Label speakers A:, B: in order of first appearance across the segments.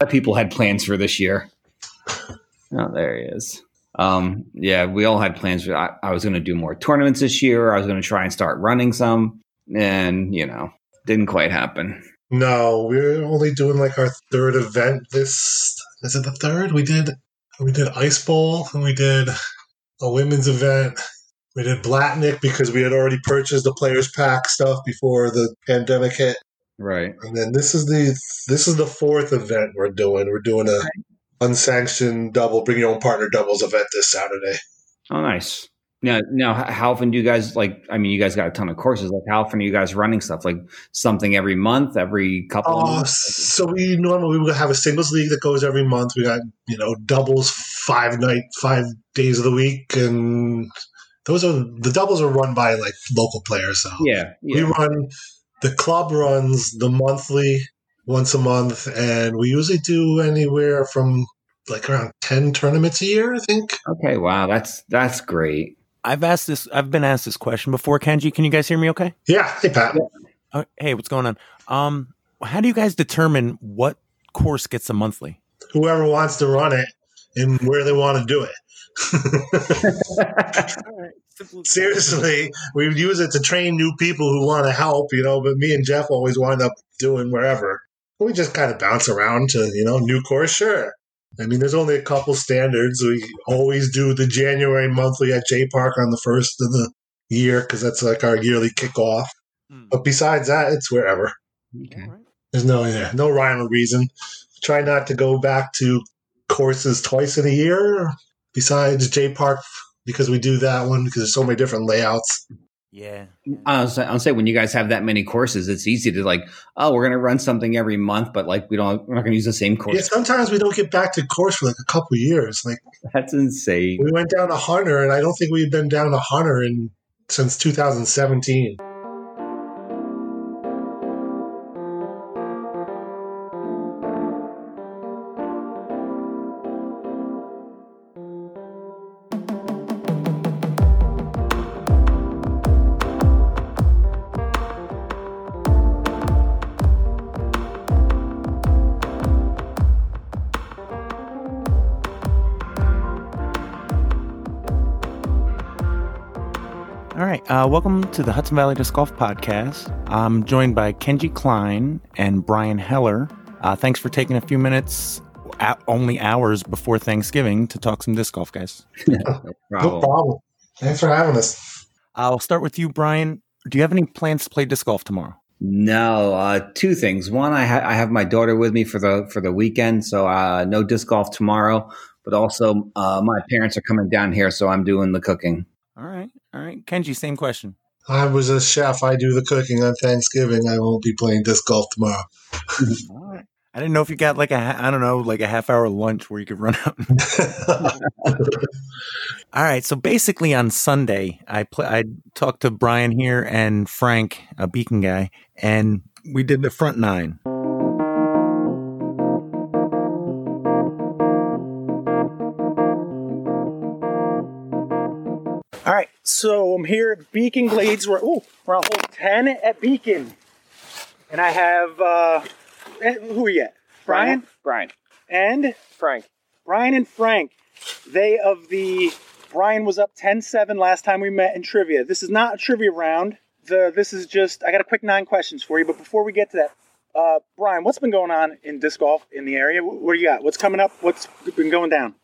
A: of people had plans for this year. Oh, there he is. Um, yeah, we all had plans. For, I, I was going to do more tournaments this year. I was going to try and start running some, and you know, didn't quite happen.
B: No, we're only doing like our third event. This is it. The third we did. We did ice bowl, and we did a women's event. We did Blatnik because we had already purchased the players pack stuff before the pandemic hit.
A: Right.
B: And then this is the this is the fourth event we're doing. We're doing a unsanctioned double, bring your own partner doubles event this Saturday.
A: Oh, nice. Now, now, how often do you guys like? I mean, you guys got a ton of courses. Like, how often are you guys running stuff? Like something every month, every couple.
B: Uh, so we normally we have a singles league that goes every month. We got you know doubles five night, five days of the week, and those are the doubles are run by like local players. So
A: yeah, yeah.
B: we run the club runs the monthly once a month, and we usually do anywhere from like around ten tournaments a year. I think.
A: Okay, wow, that's that's great.
C: I've asked this. I've been asked this question before. Kenji, can you guys hear me? Okay.
B: Yeah. Hey, Pat.
C: Uh, hey, what's going on? Um, how do you guys determine what course gets a monthly?
B: Whoever wants to run it and where they want to do it. Seriously, we use it to train new people who want to help, you know. But me and Jeff always wind up doing wherever. We just kind of bounce around to, you know, new course, sure. I mean, there's only a couple standards. We always do the January monthly at J Park on the first of the year because that's like our yearly kickoff.
C: Hmm.
B: Mm. But besides that, it's wherever. Okay. There's no yeah, no rhyme or reason. Try not to go back to courses twice in a year. Besides J Park, because we do that one because there's so many different layouts.
C: Yeah,
A: I'll say, I'll say when you guys have that many courses, it's easy to like, oh, we're gonna run something every month, but like we don't, we're not gonna use the same course.
B: Yeah, sometimes we don't get back to course for like a couple years. Like
A: that's insane.
B: We went down a hunter, and I don't think we've been down a hunter in since 2017.
C: Uh, welcome to the Hudson Valley Disc Golf Podcast. I'm joined by Kenji Klein and Brian Heller. Uh, thanks for taking a few minutes, uh, only hours before Thanksgiving, to talk some disc golf, guys.
B: no, problem. no problem. Thanks for having us.
C: I'll start with you, Brian. Do you have any plans to play disc golf tomorrow?
A: No, uh, two things. One, I, ha- I, have my daughter with me for the for the weekend, so uh, no disc golf tomorrow. But also, uh, my parents are coming down here, so I'm doing the cooking.
C: All right. All right. Kenji, same question.
B: I was a chef. I do the cooking on Thanksgiving. I won't be playing disc golf tomorrow.
C: All right. I didn't know if you got like a, I don't know, like a half hour lunch where you could run out. All right. So basically on Sunday, I play, I talked to Brian here and Frank, a beacon guy, and we did the front nine.
D: All right, so I'm here at Beacon Glades. We're, ooh, we're on hole 10 at Beacon. And I have, uh, who are you at? Brian?
E: Brian.
D: And?
E: Frank.
D: Brian and Frank. They of the, Brian was up 10-7 last time we met in trivia. This is not a trivia round. The, this is just, I got a quick nine questions for you. But before we get to that, uh, Brian, what's been going on in disc golf in the area? What do you got? What's coming up? What's been going down?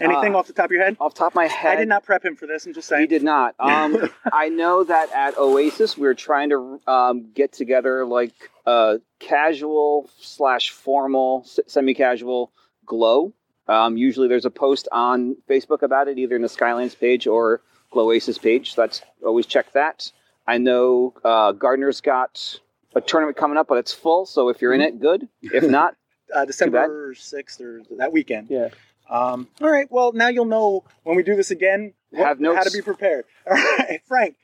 D: Anything uh, off the top of your head?
E: Off top of my head.
D: I did not prep him for this. I'm just saying.
E: You did not. Um, I know that at Oasis, we are trying to um, get together like uh, casual slash formal, semi casual glow. Um, usually there's a post on Facebook about it, either in the Skylands page or Glowasis page. So that's always check that. I know uh, Gardner's got a tournament coming up, but it's full. So if you're in it, good. If not,
D: uh, December 6th or that weekend.
E: Yeah.
D: Um, all right. Well, now you'll know when we do this again
E: what, how
D: to be prepared. All right, Frank.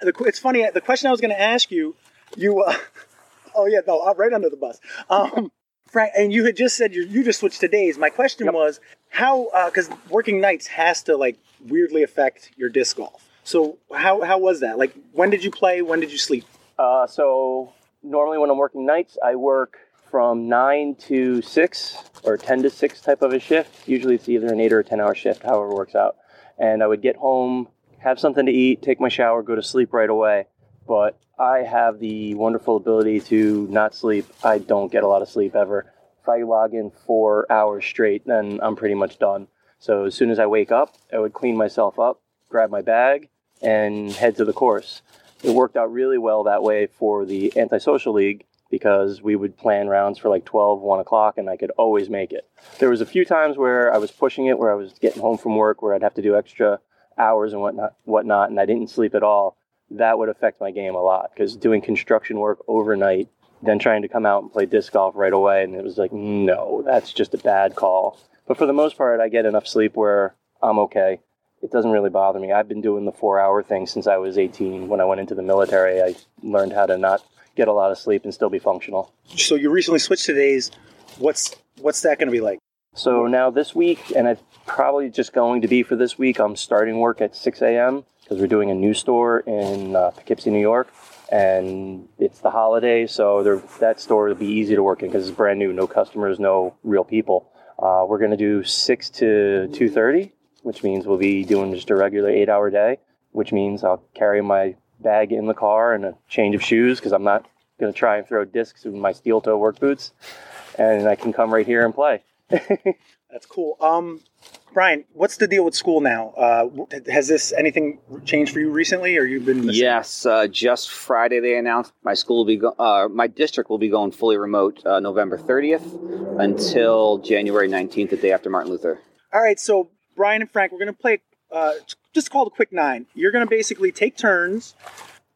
D: The, it's funny. The question I was going to ask you, you. Uh, oh yeah, no, right under the bus. Um, Frank, and you had just said you, you just switched to days. My question yep. was how because uh, working nights has to like weirdly affect your disc golf. So how how was that? Like when did you play? When did you sleep?
F: Uh, so normally when I'm working nights, I work from 9 to 6 or 10 to 6 type of a shift. Usually it's either an 8 or a 10 hour shift, however it works out. And I would get home, have something to eat, take my shower, go to sleep right away. But I have the wonderful ability to not sleep. I don't get a lot of sleep ever. If I log in four hours straight, then I'm pretty much done. So as soon as I wake up, I would clean myself up, grab my bag, and head to the course. It worked out really well that way for the antisocial league because we would plan rounds for like 12, 1 o'clock, and I could always make it. There was a few times where I was pushing it, where I was getting home from work, where I'd have to do extra hours and whatnot, whatnot and I didn't sleep at all. That would affect my game a lot because doing construction work overnight, then trying to come out and play disc golf right away, and it was like, no, that's just a bad call. But for the most part, I get enough sleep where I'm okay it doesn't really bother me. I've been doing the four hour thing since I was 18. When I went into the military, I learned how to not get a lot of sleep and still be functional.
D: So you recently switched to days. What's what's that going to be like?
F: So now this week, and it's probably just going to be for this week, I'm starting work at 6 a.m. because we're doing a new store in uh, Poughkeepsie, New York. And it's the holiday, so there- that store will be easy to work in because it's brand new, no customers, no real people. Uh, we're going to do 6 to 2.30 which means we'll be doing just a regular eight hour day, which means I'll carry my bag in the car and a change of shoes because I'm not going to try and throw discs in my steel toe work boots. And I can come right here and play.
D: That's cool. Um, Brian, what's the deal with school now? Uh, has this anything changed for you recently, or you've been missing?
E: Yes, uh, just Friday they announced my school will be go- uh, my district will be going fully remote uh, November 30th until January 19th, the day after Martin Luther.
D: All right, so Brian and Frank, we're going to play uh, just called a quick nine. You're going to basically take turns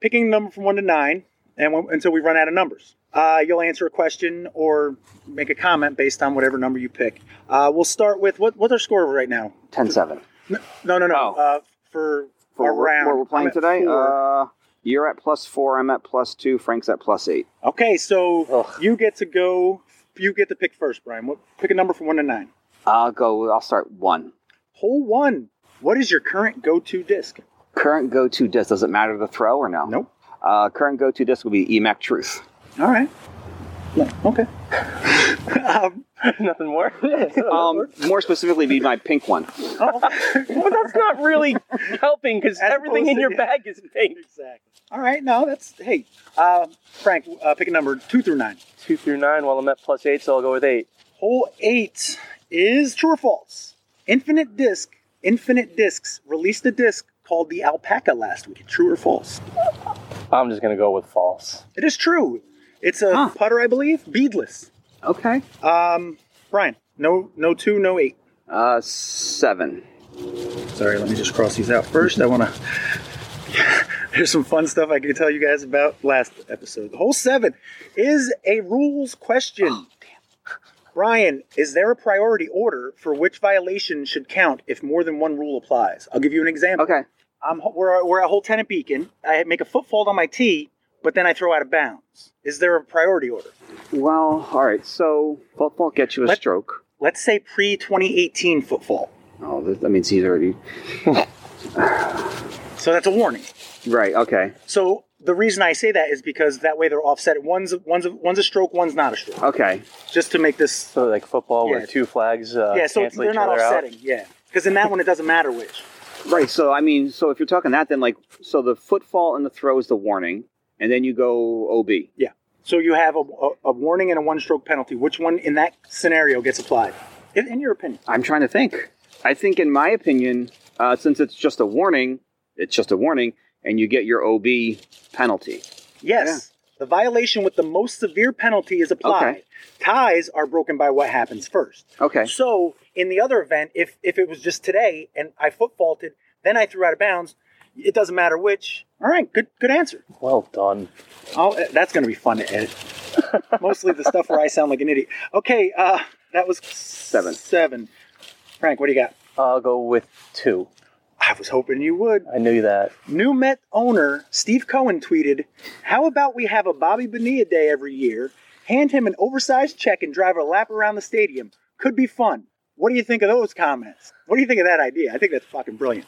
D: picking a number from one to nine and when, until we run out of numbers. Uh, you'll answer a question or make a comment based on whatever number you pick. Uh, we'll start with what, what's our score right now?
E: 10-7.
D: No, no, no.
E: Oh.
D: Uh, for,
E: For
D: our
E: what-
D: round.
E: what we're
D: I'm
E: playing
D: at
E: today,
D: four.
E: uh, you're at plus four, I'm at plus two, Frank's at plus eight.
D: okay, so
F: Ugh.
D: you get to go. You get to pick first, Brian. What, pick a number from one to nine.
E: I'll go, I'll start one.
D: Hole one. What is your current go-to disc?
E: Current go-to disc, does it matter the throw or no?
D: Nope.
E: Uh, current go-to disc will be E EMAC Truth.
D: All right. No, okay. um,
F: Nothing more.
E: Um, more specifically, be my pink one.
F: but that's not really helping because
D: As
F: everything
D: opposed
F: in
D: to-
F: your
D: yeah.
F: bag is pink.
D: Exactly. All right. No, that's hey, uh, Frank. Uh, pick a number two through nine.
F: Two through nine. Well, I'm at plus eight, so I'll go with eight.
D: Hole eight is true or false. Infinite Disc, Infinite Discs released a disc called the Alpaca last week. True or false?
F: I'm just going to go with false.
D: It is true. It's a
E: Huh.
D: putter, I believe, beadless.
E: Okay.
D: Um, Brian, no, no two, no eight.
E: Uh, seven.
D: Sorry, let me just cross these out first. I want to. There's some fun stuff I could tell you guys about last episode. Hole seven is a rules question. Brian, is there a priority order for which violation should count if more than one rule applies? I'll give you an example.
E: Okay.
D: I'm, we're, we're at hole 10 at Beacon. I make a foot fold on my tee, but then I throw out of bounds. Is there a priority order?
E: Well, all right. So football gets you a
D: Let-
E: stroke.
D: Let's say pre 2018 foot fall.
E: Oh, that, that means he's already
D: So that's a warning.
E: right. Okay.
D: So the reason I say that is because that way they're offset. One's one's one's a stroke, one's not a stroke.
E: Okay.
D: Just to make this,
F: So, like football,
D: Yeah.
F: where two flags uh,
D: yeah. So
F: cancel
D: they're
F: each
D: not
F: other out.
D: offsetting, yeah. Because in that one, it doesn't matter which.
E: Right. So I mean, so if you're talking that, then like, so the footfall and the throw is the warning, and then you go OB.
D: So you have a, a, a warning and a one-stroke penalty. Which one in that scenario gets applied? In, in your opinion,
E: I'm trying to think. I think, in my opinion, uh, since it's just a warning, it's just a warning, and you get your OB penalty.
D: yes. The violation with the most severe penalty is applied.
E: Okay.
D: Ties are broken by what happens first.
E: Okay.
D: So in the other event, if if it was just today and I foot faulted, then I threw out of bounds. It doesn't matter which. All right, good good answer.
F: Well done.
D: Oh, uh, that's going to be fun to edit. Mostly the stuff where I sound like an idiot. Okay, uh, that was seven. Seven. Frank, what do you got?
F: I'll go with two.
D: I was hoping you would.
F: I knew that.
D: New Met owner Steve Cohen tweeted, "How about we have a Bobby Bonilla day every year? Hand him an oversized check and drive a lap around the stadium. Could be fun. What do you think of those comments? What do you think of that idea? I think that's fucking brilliant.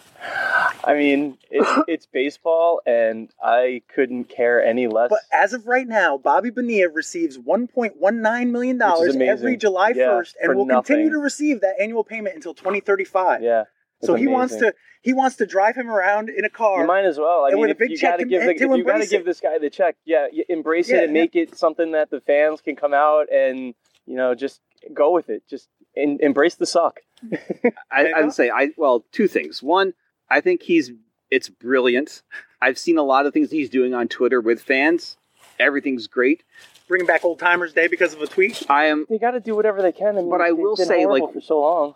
F: I mean, it's, it's baseball, and I couldn't care any less.
D: But as of right now, Bobby Bonilla receives $1.19 million
F: Which is amazing.
D: every July
F: Yeah,
D: 1st
F: for
D: and will continue
F: nothing.
D: to receive that annual payment until 2035.
F: yeah, it's
D: so he
F: amazing.
D: wants to he wants to drive him around in a car.
F: You might as well. I
D: And
F: mean,
D: with a
F: if
D: big
F: you
D: check
F: got to
D: to-
F: give
D: to
F: the, if you got to
D: embrace
F: give
D: it.
F: this guy the check, yeah, you embrace
D: Yeah,
F: it and
D: yeah.
F: make it something that the fans can come out and you know just go with it. Just en- embrace the suck.
E: I,
D: There you
E: I
D: go.
E: would say I well two things. One, I think he's it's brilliant. I've seen a lot of things he's doing on Twitter with fans. Everything's great.
D: Bring back old timers day because of a tweet.
E: I am
F: They got to do whatever they can. I mean,
E: But I
F: it's
E: will
F: been
E: say,
F: horrible
E: like-
F: for so long,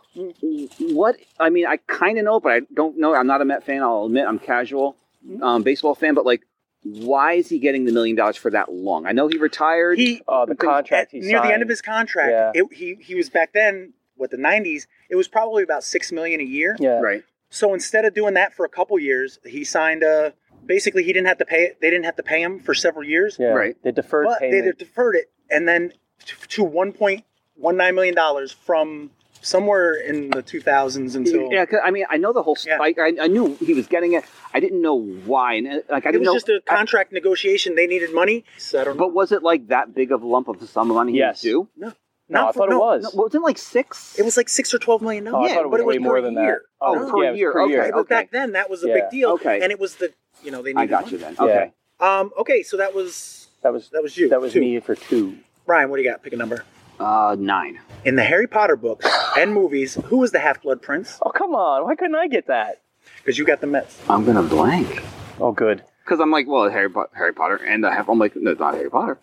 E: what I mean. I kind of know, but I don't know. I'm not a Met fan. I'll admit I'm casual
D: Mm-hmm.
E: um, baseball fan, but like, why is he getting the million dollars for that long? I know he retired.
D: He
F: uh, the contract
D: at-
F: he
D: near the end
F: signed.
D: of his contract, it, he he was back then with the 90s. It was probably about six million a year.
F: yeah,
E: right.
D: So instead of doing that for a couple years, he signed a. Basically, he didn't have to pay. They didn't have to pay him for several years,
F: yeah,
E: Right.
F: The deferred
D: but
F: payment.
D: they deferred it, and then t- to one point one nine million dollars from somewhere in the two thousands until
E: yeah, 'cause, I mean, I know the whole.
D: Yeah.
E: I, I, I knew he was getting it. I didn't know why, and uh, like I
D: it
E: didn't
D: was
E: know.
D: just a contract negotiation. They needed money, so I don't.
E: but was it like that big of a lump of sum of money he
F: Yes.
E: was due?
F: no, I
D: not for-
F: thought it
D: no,
F: was.
E: No, wasn't it like six?
D: it was like six or twelve million
F: Oh,
D: dollars.
F: I thought it
D: but
F: was way
D: per
F: more than
D: year.
F: that. Oh,
D: No.
E: per
F: yeah, it was
E: year,
F: Per
E: okay.
F: year.
D: Right, but back then that was a
F: Yeah.
D: big deal.
E: Okay.
D: and it was the you know they. Needed
E: I got
D: money.
E: you then.
F: Yeah.
E: Okay.
D: Um. Okay, so that was
F: That was
D: that was you.
F: that was
D: Two.
F: me for two.
D: Brian, what do you got? Pick a number.
E: Uh, nine.
D: In the Harry Potter books and movies, who was the Half Blood Prince?
F: Oh come on! Why couldn't I get that?
D: Because you got the Mets.
E: I'm gonna blank
F: Oh good.
E: because I'm like, well, Harry, po- Harry Potter, and I have, I'm like, no, it's not Harry Potter.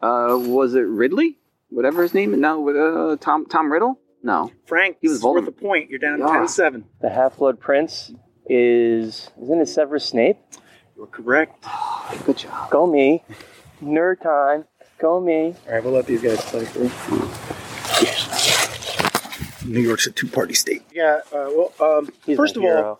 E: Uh, was it Ridley? Whatever his name. No, with uh, Tom Tom Riddle. No.
D: Frank,
E: He was
D: it's worth
E: Voldemort.
D: a point. You're down
E: Yeah.
D: 10 7.
F: The Half Blood Prince is isn't it Severus Snape?
D: You're correct.
E: Good job.
F: Go me. Nerd time. Go me.
D: All right, we'll let these guys play through. New York's a two party state. Yeah, uh, well, um,
F: He's
D: first
F: my
D: of
F: hero.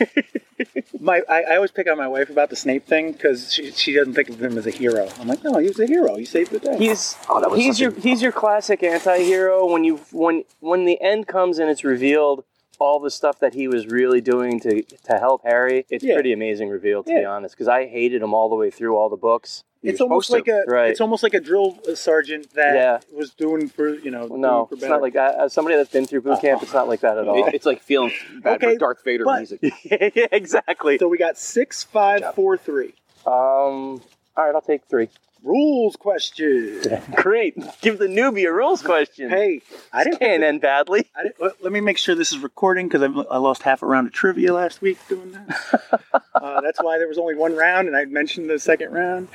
D: all, my I, I always pick on my wife about the Snape thing because she, she doesn't think of him as a hero. I'm like, no, he was a hero. He saved the day.
F: he's
E: Oh, that was
F: he's your
E: something-
F: he's your classic anti-hero when you when when the end comes and it's revealed all the stuff that he was really doing to to help Harry. It's
D: Yeah.
F: pretty amazing reveal to be
D: Yeah.
F: honest because I hated him all the way through all the books.
D: it's
E: You're
D: almost
E: supposed
D: like
E: to.
D: a
F: Right.
D: it's almost like a drill sergeant that
F: Yeah.
D: was doing for you know
F: Well, no,
D: doing for
F: it's
D: better.
F: not like that. As somebody that's been through boot camp, it's not like that at all.
E: It- it's like feeling bad
D: Okay,
E: for Darth Vader
D: but-
E: music.
F: yeah, exactly.
D: so we got six five four three
F: Um. All right, I'll take three.
D: rules question.
F: Great. Give the newbie a rules question.
D: Hey, I didn't.
F: This can't end badly.
D: I didn't let- let me make sure this is recording because I lost half a round of trivia last week doing that. uh, that's why there was only one round, and I mentioned the second round.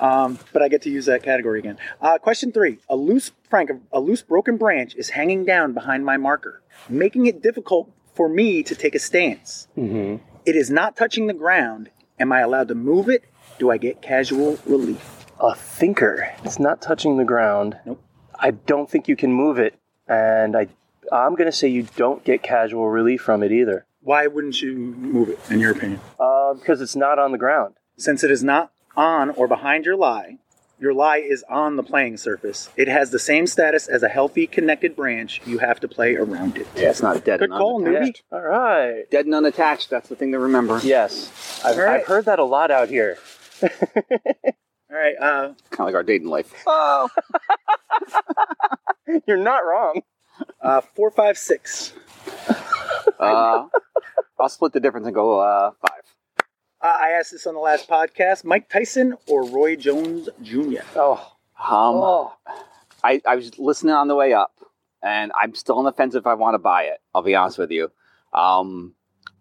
D: Um, but I get to use that category again. Uh, question three: A loose Frank, a loose broken branch is hanging down behind my marker, making it difficult for me to take a stance.
F: Mm-hmm.
D: It is not touching the ground. Am I allowed to move it? Do I get casual relief?
F: A thinker. It's not touching the ground.
D: Nope.
F: I don't think you can move it, and I, I'm gonna say you don't get casual relief from it either,
D: Why wouldn't you move it? In your opinion?
F: uh, because it's not on the ground.
D: Since it is not on or behind your lie, your lie is on the playing surface. It has the same status as a healthy connected branch. You have to play around it.
E: Yeah, it's not dead.
D: Good
E: and
D: call,
E: unattached.
D: Newbie.
F: All right.
E: Dead and unattached. That's the thing to remember.
F: Yes, I've,
D: All right.
F: I've heard that a lot out here.
D: All right. Uh,
E: Kind of like our dating life. Oh.
F: You're not wrong.
D: uh, four, five, six.
E: Uh, I'll split the difference and go uh, five.
D: Uh, I asked this on the last podcast: Mike Tyson or Roy Jones Jr.
F: Oh,
E: Um,
F: oh.
E: I, I was listening on the way up, and I'm still on the fence if I want to buy it. I'll be honest with you. Um,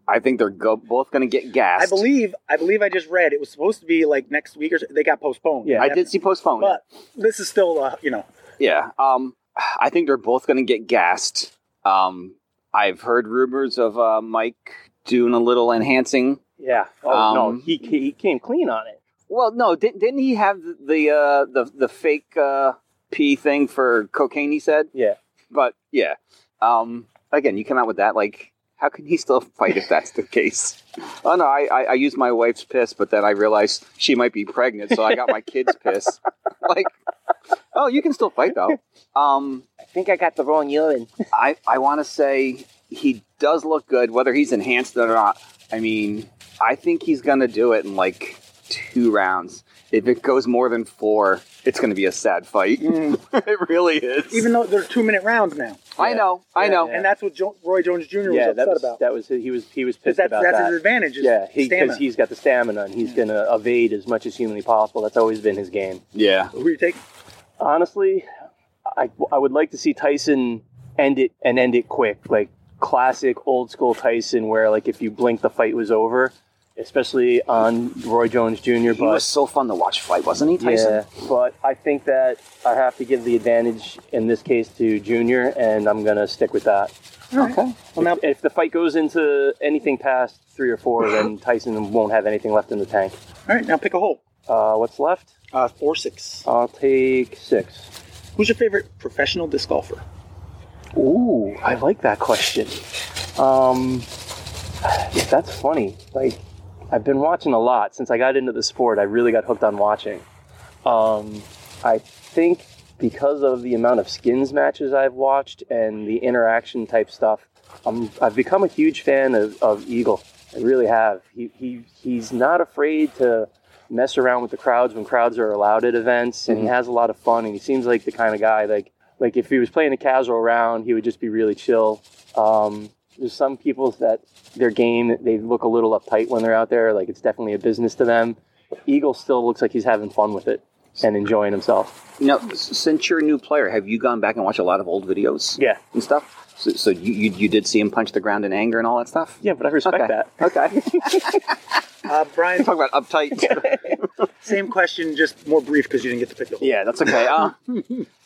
E: I think they're go- both going to get gassed.
D: I believe. I believe I just read it was supposed to be like next week or so. they got postponed.
F: Yeah,
E: I did see postponed.
D: But this is still, uh, you know,
E: Yeah. Um, I think they're both going to get gassed. Um, I've heard rumors of uh, Mike doing a little enhancing.
F: yeah. Oh no,
E: Um,
F: he he came clean on it.
E: Well, no, didn't, didn't he have the uh, the the fake uh, pee thing for cocaine? He said.
F: Yeah.
E: But yeah. Um, again, you come out with that like. How can he still fight if that's the case? Oh no, I, I, I used my wife's piss, but then I realized she might be pregnant, so I got my kid's piss. Like, oh, you can still fight though. Um,
F: I think I got the wrong urine.
E: I, I want to say he does look good, whether he's enhanced it or not. I mean, I think he's going to do it in like two rounds. If it goes more than four, it's going to be a sad fight.
F: Mm.
E: it really is.
D: Even though they're two minute rounds now,
E: I know, I know.
D: and that's what jo- Roy Jones Jr. was
F: yeah,
D: upset
F: that was
D: about.
F: that was he was he was
D: Because
F: pissed
D: that's
F: about
D: that's
F: that.
D: his advantage. Is
F: yeah, because
D: stamina.
F: he, has got the stamina and he's gonna evade as much as humanly possible. That's always been his game.
E: Yeah.
D: who you take?
F: Honestly, I I would like to see Tyson end it and end it quick, like classic old school Tyson, where like if you blink, the fight was over. Especially on Roy Jones Jr.
E: He
F: but
E: was so fun to watch fight, wasn't he, Tyson?
F: Yeah, but I think that I have to give the advantage in this case to Junior, and I'm gonna stick with that.
E: Okay.
D: Well, now
F: If the fight goes into anything past three or four, then Tyson won't have anything left in the tank.
D: All right, now pick a hole.
F: Uh, what's left?
D: Uh, four six.
F: I'll take six.
D: Who's your favorite professional disc golfer?
F: Ooh, I like that question. Um, yeah, that's funny. Like, I've been watching a lot since I got into the sport. I really got hooked on watching. Um, I think because of the amount of skins matches I've watched and the interaction type stuff, I'm, I've become a huge fan of, of Eagle. I really have. He, he he's not afraid to mess around with the crowds when crowds are allowed at events, and he has a lot of fun. And he seems like the kind of guy like like if he was playing a casual round, he would just be really chill. Um, there's some people that their game they look a little uptight when they're out there, like it's definitely a business to them. Eagle still looks like he's having fun with it and enjoying himself.
E: Now, s- since you're a new player, have you gone back and watched a lot of old videos
F: Yeah,
E: and stuff? So, so you, you you did see him punch the ground in anger and all that stuff?
F: yeah, but I respect
E: Okay.
F: that.
E: Okay.
D: Uh, Brian,
E: Talk about uptight.
D: same question, just more brief because you didn't get to pick the hole.
E: yeah, that's okay. Uh,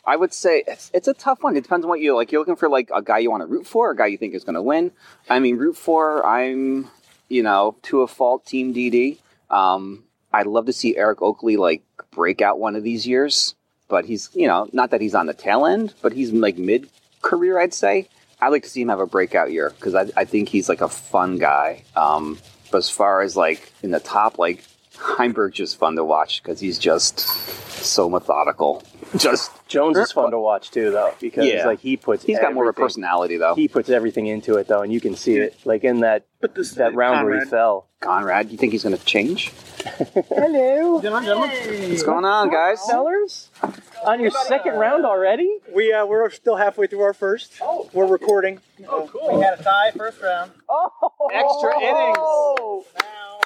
E: I would say it's, it's a tough one. It depends on what you like. You're looking for like a guy you want to root for, a guy you think is going to win. I mean, root for. I'm you know to a fault, Team DD. Um, I'd love to see Eric Oakley like break out one of these years, but he's you know not that he's on the tail end, but he's like mid career, I'd say. I'd like to see him have a breakout year because I, I think he's like a fun guy. Um, but as far as like in the top, like Heimberg's just fun to watch because he's just so methodical. Just
F: Jones is fun to watch too, though, because
E: Yeah.
F: like he puts
E: he's got more of a
F: everything-
E: personality though.
F: He puts everything into it though, and you can see it. Like in that
D: But this
F: that round where he
D: Conrad.
F: fell.
E: Conrad, you think he's going to change?
F: Hello,
E: What's going on, guys?
F: Sellers, on your second round already.
D: We uh, we're still halfway through our first. Oh, we're recording. Oh, cool.
G: had a tie first round.
E: Extra innings.
G: Now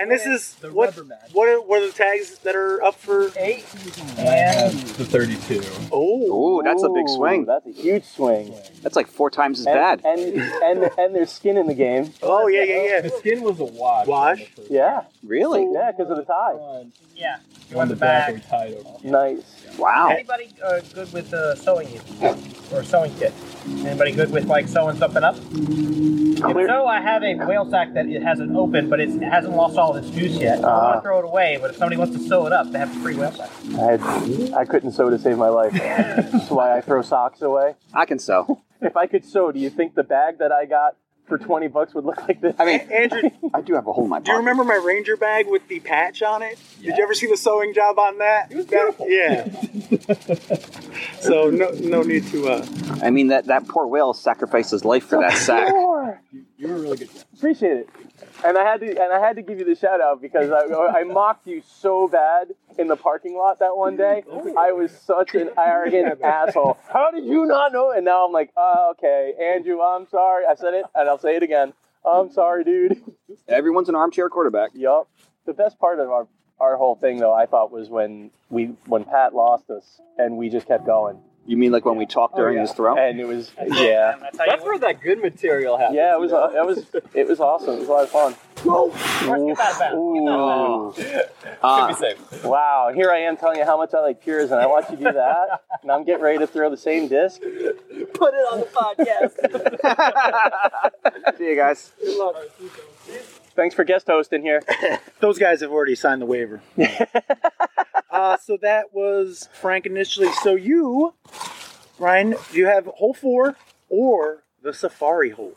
D: And this is
G: The
D: what
G: rubber match.
D: what are, what are the tags that are up for?
G: eight and the 32.
D: Oh,
E: Ooh, that's a big
F: Ooh,
E: swing.
F: That's a huge swing.
E: That's like four times as
F: and,
E: bad.
F: And and and their skin in the game.
D: oh yeah yeah yeah.
G: The skin was a wash. on
D: Wash?
G: the first
F: Yeah,
E: Really?
F: yeah, because of the tie.
G: round.
H: Yeah.
G: You won the back. We tied over.
F: Nice.
E: Wow.
H: Anybody uh, good with uh, sewing you or sewing kit? Anybody good with like sewing something up? If so, I have a whale sack that it hasn't opened, but it's, it hasn't lost all of its juice yet. I don't want
F: Ah.
H: to throw it away, but if somebody wants to sew it up, they have a free whale sack.
F: I had, I couldn't sew to save my life. That's why I throw socks away.
E: I can sew.
F: If I could sew, do you think the bag that I got for twenty bucks would look like this?
E: I mean,
D: Andrew,
E: I do have a hole in my
D: do you
E: pocket.
D: remember my Ranger bag with the patch on it? Did you ever see the sewing job on that? It was beautiful. yeah. so no no need to. Uh,
E: I mean, that, that poor whale sacrificed his life for that sack.
F: Sure.
G: You were really good.
F: Appreciate it. And I had to and I had to give you the shout out because I, I mocked you so bad in the parking lot that one day. I was such an arrogant asshole. How did you not know? And now I'm like, oh, okay, Andrew, I'm sorry. I said it, and I'll say it again. I'm sorry, dude.
E: Everyone's an armchair quarterback.
F: Yup. The best part of our our whole thing, though, I thought was when we when Pat lost us and we just kept going,
E: You mean like when we
D: Oh,
E: talked during his throw?
F: Oh, and it was yeah,
H: And that's how you
G: that good material happens.
F: yeah. It was that was it was awesome. It was a lot of fun.
H: Get that back.
E: Oh.
F: Ooh.
E: Uh,
F: Wow, here I am telling you how much I like Cures, and I watch you do that, and I'm getting ready to throw the same disc.
H: Put it on the podcast.
E: see you guys.
F: Thanks for guest hosting here.
D: Those guys have already signed the waiver. uh, so that was Frank initially. So you, Ryan, do you have hole four or the safari hole?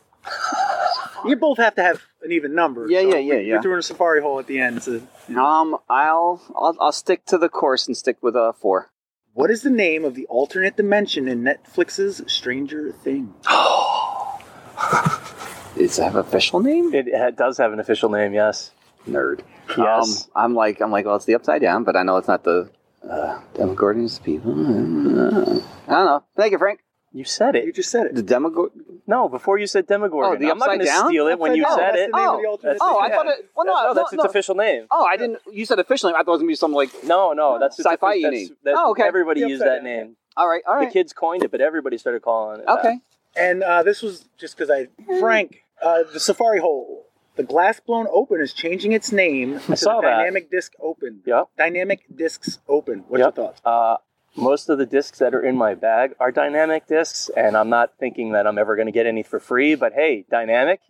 D: You both have to have an even number.
E: Yeah,
D: so
E: yeah, yeah,
D: we-
E: yeah.
D: We're doing a safari hole at the end. So,
E: Um, I'll, I'll I'll stick to the course and stick with uh four.
D: what is the name of the alternate dimension in Netflix's Stranger Things?
E: Does it have an official name?
F: It, it does have an official name, yes.
E: Nerd.
F: Yes.
E: Um, I'm like I'm like well, it's the upside down, but I know it's not the uh, Demogorgons people. I don't know. Thank you, Frank.
F: You said
D: You
F: it.
D: just said it.
E: The Demogorgon.
F: No, before you said
E: Oh,
F: Demogorgon.
E: the
F: I'm not
E: upside
F: going to
E: down?
F: steal it when
D: Upside
F: you
D: down,
F: said
D: that's
F: it.
D: the name of the
F: Oh,
D: alternate
F: that's-
E: Oh, I
D: dimension.
E: thought it. Well, no,
F: That- no, that's
E: no,
F: its official name.
E: Oh, I didn't. You said official name. I thought it was gonna be some like.
F: No, no, that's its
E: Sci-fi
F: offi- that's-
E: eating.
F: that's-
E: Oh, okay.
F: Everybody
D: The
F: used
D: upside
F: that
D: down,
F: name.
E: All right, all
F: The
E: right.
F: kids coined it, but everybody started calling it. that.
E: Okay.
D: And uh, this was just because I Frank uh, the Safari Hole. The glass blown open is changing its name to
F: saw
D: the
F: that.
D: Dynamic Disc Open.
F: Yep.
D: Dynamic Discs Open. What's
F: Yep.
D: your thoughts?
F: Uh, most of the discs that are in my bag are dynamic discs, and I'm not thinking that I'm ever going to get any for free. But hey, dynamic,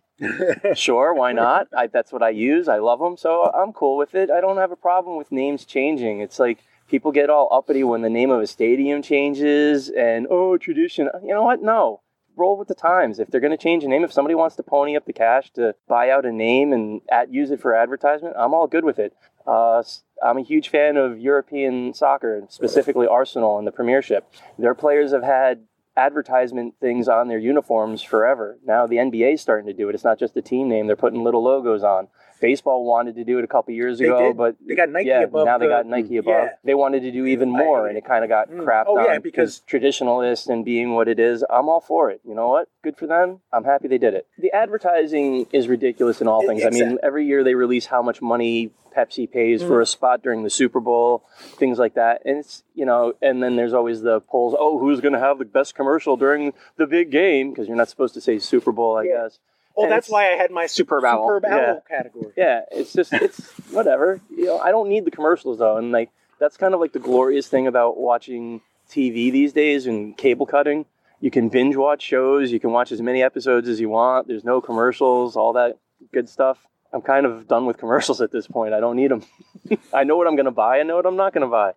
F: sure, why not? I, that's what I use. I love them, so I'm cool with it. I don't have a problem with names changing. It's like people get all uppity when the name of a stadium changes, and oh, tradition. You know what? No. Roll with the times. If they're going to change a name, if somebody wants to pony up the cash to buy out a name and at, use it for advertisement, I'm all good with it. Uh, s- I'm a huge fan of European soccer, specifically Arsenal and the Premiership. Their players have had advertisement things on their uniforms forever. Now the NBA is starting to do it. It's not just a team name; they're putting little logos on. Baseball wanted to do it a couple years
D: They
F: ago,
D: did.
F: but
D: They got Nike
F: yeah,
D: above.
F: now they
D: the-
F: got Nike above.
D: yeah.
F: They wanted to do even
D: I
F: more,
D: hate
F: and it kind of got
D: Mm.
F: crapped
D: Oh,
F: on
D: yeah, because-
F: traditionalist and being what it is. I'm all for it. You know what? Good for them. I'm happy they did it. The advertising is ridiculous in all
D: E-
F: things. I mean,
D: exact- Mm.
F: every year they release how much money Pepsi pays for a spot during the Super Bowl, things like that. And it's you know, and then there's always the polls. Oh, who's going to have the best commercial during the big game? Because you're not supposed to say Super Bowl, I
D: Yeah.
F: guess.
D: Oh,
F: And
D: that's
F: it's-
D: why I had my
E: Superb owl.
D: Superb owl category.
F: yeah, it's just it's whatever. You know, I don't need the commercials though, and like that's kind of like the glorious thing about watching TV these days and cable cutting. You can binge watch shows. You can watch as many episodes as you want. There's no commercials, all that good stuff. I'm kind of done with commercials at this point. I don't need them. I know what I'm going to buy. I know what I'm not going to buy.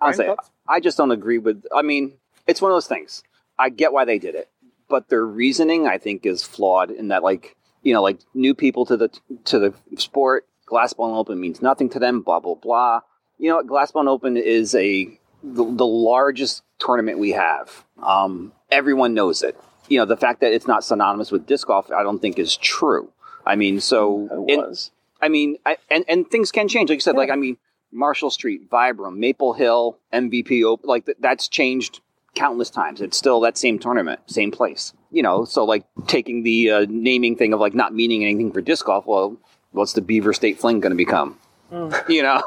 E: Honestly, I just don't agree with. I mean, it's one of those things. I get why they did it, but their reasoning, I think, is flawed in that, like, you know, like new people to the to the sport, glass blown open means nothing to them. Blah blah blah. You know, what? glass blown open is a the, the largest tournament we have. Um, everyone knows it. You know, the fact that it's not synonymous with disc golf, I don't think is true. I mean, so
F: It
E: in-
F: was.
E: I mean, I, and and things can change. Like you said, like I mean, Marshall Street, Vibram, Maple Hill, MVP, Op- like th- that's changed countless times. It's still that same tournament, same place. You know, so like taking the uh, naming thing of like not meaning anything for disc golf. Well, what's the Beaver State Fling going to become?
F: Mm.
E: You know,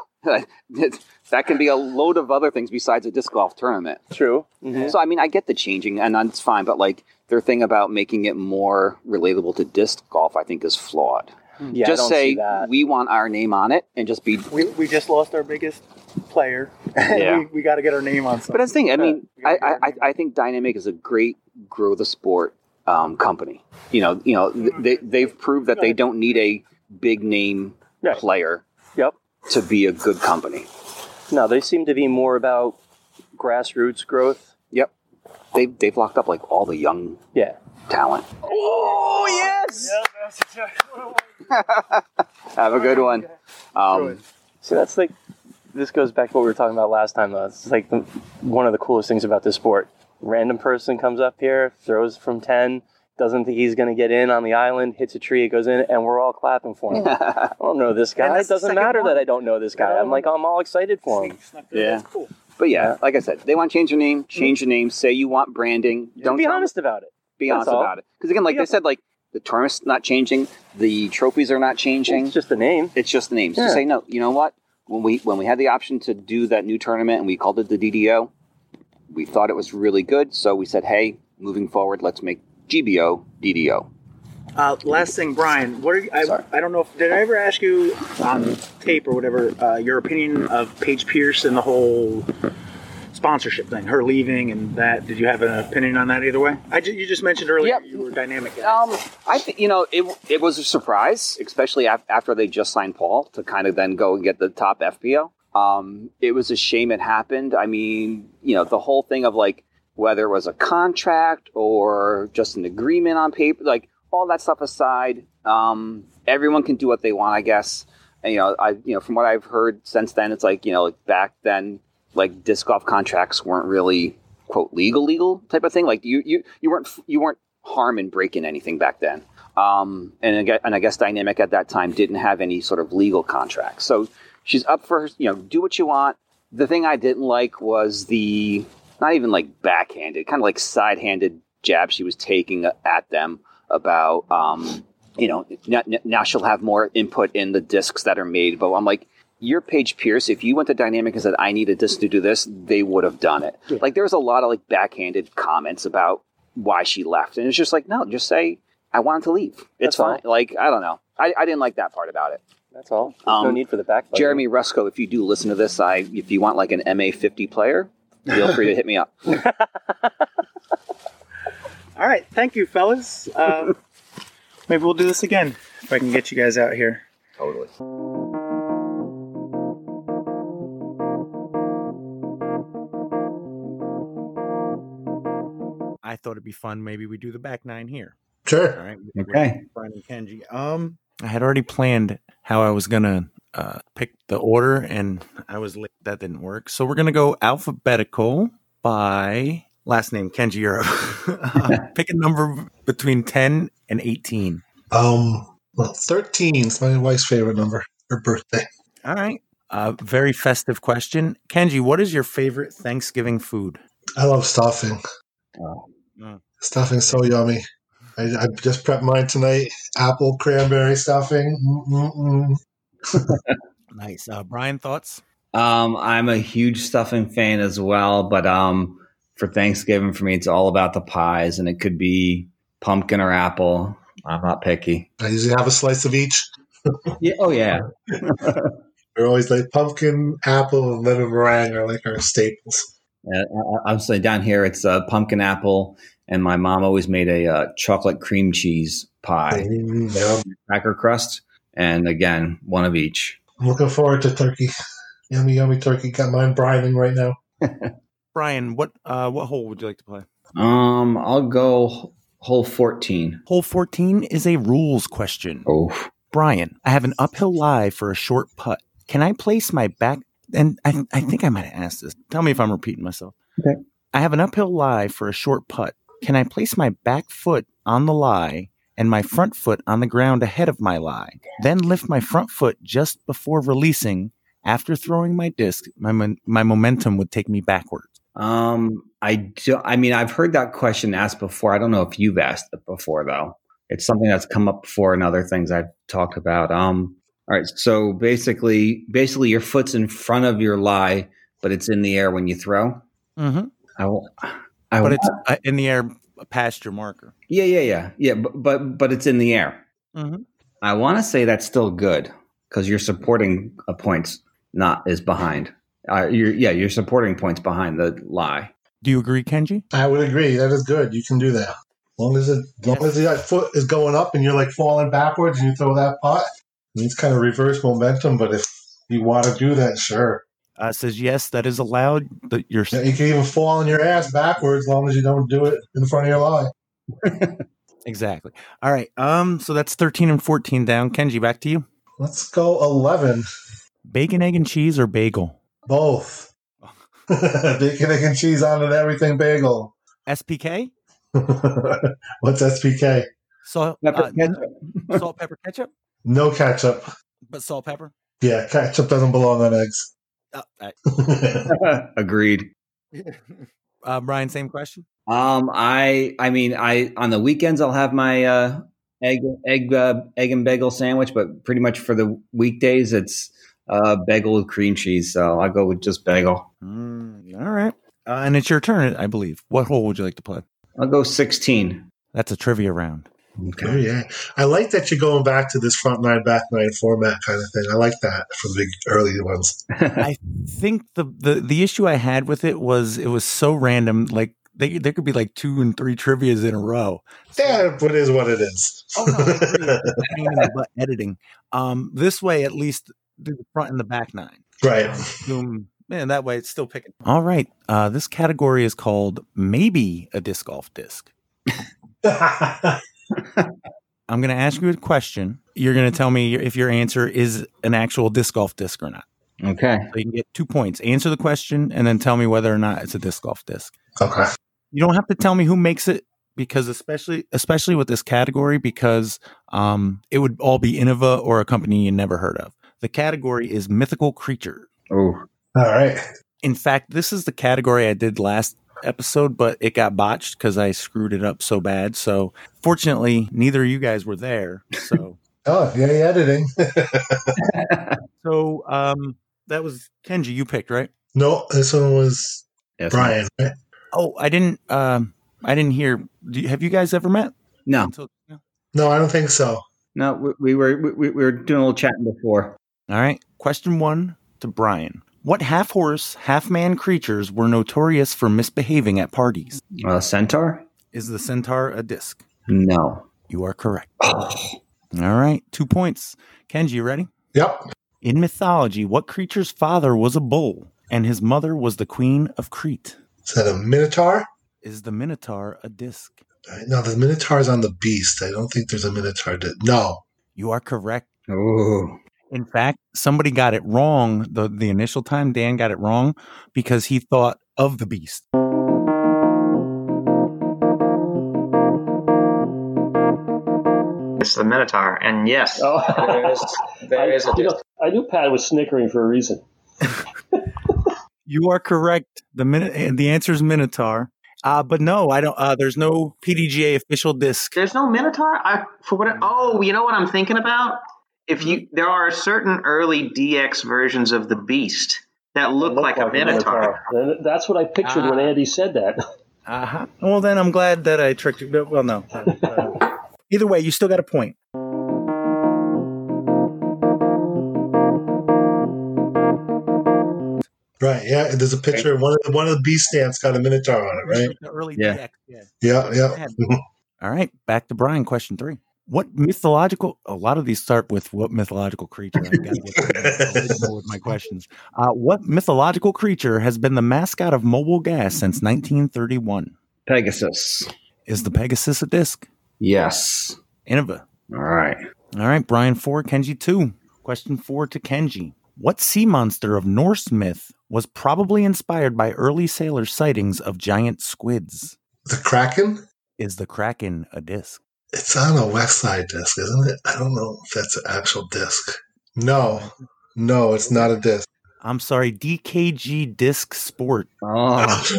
E: that can be a load of other things besides a disc golf tournament.
F: True. Mhm.
E: So I mean, I get the changing, and that's fine. But like their thing about making it more relatable to disc golf, I think, is flawed
F: Yeah, I
E: just
F: don't
E: say
F: see that.
E: we want our name on it and just be.
D: We, we just lost our biggest player. And
E: Yeah.
D: we, we got to get our name on
E: But
D: something.
E: that's the thing. I mean,
D: Yeah,
E: I,
D: we gotta
E: I, I, I think Dynamic is a great grow the sport um, company. You know, you know, th- they they've proved that they don't need a big name
F: Right.
E: player
F: Yep.
E: to be a good company.
F: No, they seem to be more about grassroots growth.
E: Yep, they they've locked up like all the young
F: Yeah.
E: talent. Oh yes,
H: that's exactly what I wanted.
E: have a good one. Um,
F: See, that's like this goes back to what we were talking about last time. Though it's like the, one of the coolest things about this sport. Random person comes up here, throws from ten, doesn't think he's going to get in on the island, hits a tree, it goes in, and we're all clapping for him. I don't know this guy. It
D: that's the
F: doesn't
D: second
F: matter
D: one.
F: that I don't know this guy. I'm like I'm all excited for him.
E: Yeah.
D: That's cool.
E: but yeah, like I said, they want to change your name. Change your name. Say you want branding. Don't
F: Be
E: tell me-
F: honest about it.
E: be
F: That's
E: honest
F: all.
E: about it. Because again, like
F: Yeah.
E: they said, like the tournament's not changing, the trophies are not changing.
F: It's just the name.
E: It's just the names.
F: Yeah.
E: Just say no. You know what? When we when we had the option to do that new tournament and we called it the DDO, we thought it was really good. So we said, hey, moving forward, let's make GBO DDO.
D: Uh, last thing, Brian, what are you, I,
E: Sorry.
D: I don't know if did I ever ask you on tape or whatever uh, your opinion of Paige Pierce and the whole sponsorship thing, her leaving and that. Did you have an opinion on that either way? I ju- you just mentioned earlier
E: Yep.
D: you were dynamic. Guys.
E: Um, I think you know it. It was a surprise, especially af- after they just signed Paul to kind of then go and get the top FPO. Um, it was a shame it happened. I mean, you know, the whole thing of like whether it was a contract or just an agreement on paper, like all that stuff aside, um, everyone can do what they want, I guess. And you know, I you know from what I've heard since then, it's like you know, like back then, like disc golf contracts weren't really quote legal legal type of thing. Like you you you weren't you weren't harming breaking anything back then. Um, and I gue- and I guess Dynamic at that time didn't have any sort of legal contract. So she's up for her, you know, do what you want. The thing I didn't like was the not even like backhanded, kind of like side-handed jab she was taking at them about um, you know now, now she'll have more input in the discs that are made. But I'm like, you're Paige Pierce. If you went to Dynamic and said I need a disc to do this, they would have done it. Like there was a lot of like backhanded comments about why she left, and it's just like no, just say I wanted to leave. It's
F: That's
E: fine.
F: fine.
E: Like I don't know. I, I didn't like that part about it.
F: That's all. There's no
E: Um,
F: need for the back. button.
E: Jeremy Rusko, if you do listen to this, I if you want like an MA fifty player, feel free to hit me up.
D: All right, thank you, fellas. Uh, maybe we'll do this again if I can get you guys out here.
E: Totally.
C: I thought it'd be fun. Maybe we do the back nine here. All
B: Sure.
C: right.
A: Okay.
C: Brian and Kenji. Um, I had already planned how I was gonna uh, pick the order, and I was late. That didn't work. So we're gonna go alphabetical by last name Kenji Euro. Uh, pick a number between ten and eighteen.
B: Um, well, 13 is my wife's favorite number. Her birthday.
C: All right. Uh, very festive question, Kenji. What is your favorite Thanksgiving food?
B: I love stuffing.
A: Oh.
C: Mm.
B: Stuffing's so yummy. I, I just prepped mine tonight. Apple cranberry stuffing. Mm, Mm-mm-mm.
C: Nice. Uh, Brian, thoughts?
A: Um, I'm a huge stuffing fan as well, but um, for Thanksgiving for me, it's all about the pies, and it could be pumpkin or apple. I'm not picky.
B: I usually have a slice of each.
A: Yeah. Oh yeah.
B: They're always like pumpkin, apple, and lemon meringue are like our staples.
A: Uh, I, I'm saying down here it's uh, pumpkin apple, and my mom always made a uh, chocolate cream cheese pie,
B: Mm, yeah.
A: cracker crust, and again one of each.
B: I'm looking forward to turkey. Yummy, yummy turkey. Got mine brining right now.
C: Brian, what uh, what hole would you like to play?
A: Um, I'll go whole fourteen.
C: Hole fourteen is a rules question.
A: Oh,
C: Brian, I have an uphill lie for a short putt. Can I place my back? And I, I think I might have asked this. Tell me if I'm repeating myself.
A: Okay.
C: I have an uphill lie for a short putt. Can I place my back foot on the lie and my front foot on the ground ahead of my lie? Then lift my front foot just before releasing. After throwing my disc, my, mon- my momentum would take me backwards.
A: um, I do. I mean, I've heard that question asked before. I don't know if you've asked it before though. It's something that's come up before in other things I've talked about. Um, all right. So basically, basically your foot's in front of your lie, but it's in the air when you throw.
C: Mm-hmm.
A: I will. I will.
C: But it's uh, in the air past your marker.
A: yeah, yeah, yeah, yeah. But but, but it's in the air.
C: Mhm.
A: I want to say that's still good because you're supporting a points not is behind. Uh, you're, yeah, you're supporting points behind the lie.
C: Do you agree, Kenji?
B: I would agree. That is good. You can do that. As long as it, as long as that foot is going up and you're like falling backwards and you throw that pot, I mean, it's kind of reverse momentum. But if you want to do that, sure.
C: Uh, says yes, that is allowed. That you're
B: Yeah, You can even fall on your ass backwards as long as you don't do it in front of your line.
C: Exactly. All right. Um. So that's thirteen and fourteen down. Kenji, back to you.
B: Let's go 11.
C: Bacon, egg, and cheese or bagel.
B: Both. Bacon, egg, and cheese on an everything bagel.
C: SPK.
B: What's SPK?
C: Salt.
A: Pepper,
C: uh,
A: ketchup.
C: salt, pepper, ketchup.
B: No ketchup.
C: But salt, pepper.
B: Yeah, ketchup doesn't belong on eggs.
C: Uh, all right.
A: Agreed.
C: uh, Brian, same question.
A: Um, I I mean I on the weekends I'll have my uh, egg egg uh, egg and bagel sandwich, but pretty much for the weekdays it's uh, bagel with cream cheese. So I go with just bagel.
C: Mm, all right. Uh, and it's your turn, I believe. What hole would you like to play?
A: I'll go sixteen.
C: That's a trivia round.
B: Oh, yeah. I like that you're going back to this front nine, back nine format kind of thing. I like that from the early ones.
C: I think the, the the issue I had with it was it was so random. Like they, there could be like two and three trivia's in a row.
B: That it is what it is.
C: Oh no, I agree. It's a pain in the butt editing. Um, this way at least do the front and the back nine.
B: right.
C: Boom. Mm, Man, that way it's still picking. All right. Uh, this category is called maybe a disc golf disc. I'm going to ask you a question. You're going to tell me if your answer is an actual disc golf disc or not.
A: Okay.
C: So you can get two points. Answer the question and then tell me whether or not it's a disc golf disc.
B: Okay.
C: You don't have to tell me who makes it because especially especially with this category because um, it would all be Innova or a company you never heard of. The category is mythical creature.
A: Oh,
B: All right.
C: In fact, this is the category I did last episode, but it got botched because I screwed it up so bad. So fortunately, neither of you guys were there. So.
B: Oh, yeah, editing.
C: So um, that was Kenji you picked, right?
B: no, this one was
A: yes.
B: Brian. Right?
C: Oh, I didn't. Um, I didn't hear. Do you, have you guys ever met?
A: No,
C: Until- no.
B: No, I don't think so.
A: no, we, we were we, we were doing a little chatting before.
C: All right. Question one to Brian. What half horse, half man creatures were notorious for misbehaving at parties?
A: Uh, centaur?
C: Is the centaur a disc?
A: No.
C: You are correct. All right. Two points. Kenji, you ready?
B: Yep.
C: In mythology, what creature's father was a bull and his mother was the queen of Crete?
B: Is that a Minotaur?
C: Is the minotaur a disc?
B: No, the Minotaur is on the beast. I don't think there's a Minotaur. That, no.
C: You are correct.
A: Ooh.
C: In fact, somebody got it wrong the, the initial time. Dan got it wrong because he thought of the beast.
I: It's the Minotaur, and yes,
J: Oh.
I: there is there
J: I,
I: is a
J: you
I: disc.
J: know, I knew Pat was snickering for a reason.
C: You are correct. The min- the answer is Minotaur. Uh, but no, I don't. Uh, there's no PDGA official disc.
I: There's no Minotaur. I for what? Oh, you know what I'm thinking about. If you there are certain early DX versions of the Beast that look
J: Looked
I: like, a Minotaur.
J: And that's what I pictured when
C: Ah.
J: Andy said that.
C: Uh-huh. Well, then I'm glad that I tricked you. Well, no. Uh, either way, you still got a point.
B: Right. Yeah. There's a picture. One of the, one of the beast stamps got a Minotaur on it, right?
C: The early
A: Yeah.
C: DX, yeah.
B: Yeah. Yeah.
C: All right, back to Brian. Question three. What mythological? A lot of these start with what mythological creature. I've got to get original with my questions. Uh, what mythological creature has been the mascot of Mobile Gas since 1931?
A: Pegasus.
C: Is the Pegasus a disc?
A: Yes.
C: Innova.
A: All right.
C: All right, Brian four, Kenji two. Question four to Kenji. What sea monster of Norse myth was probably inspired by early sailor sightings of giant squids?
B: The Kraken?
C: Is the Kraken a disc?
B: It's on a West Side disc, isn't it? I don't know if that's an actual disc. No. No, it's not a disc.
C: I'm sorry, DKG Disc Sport.
A: Oh,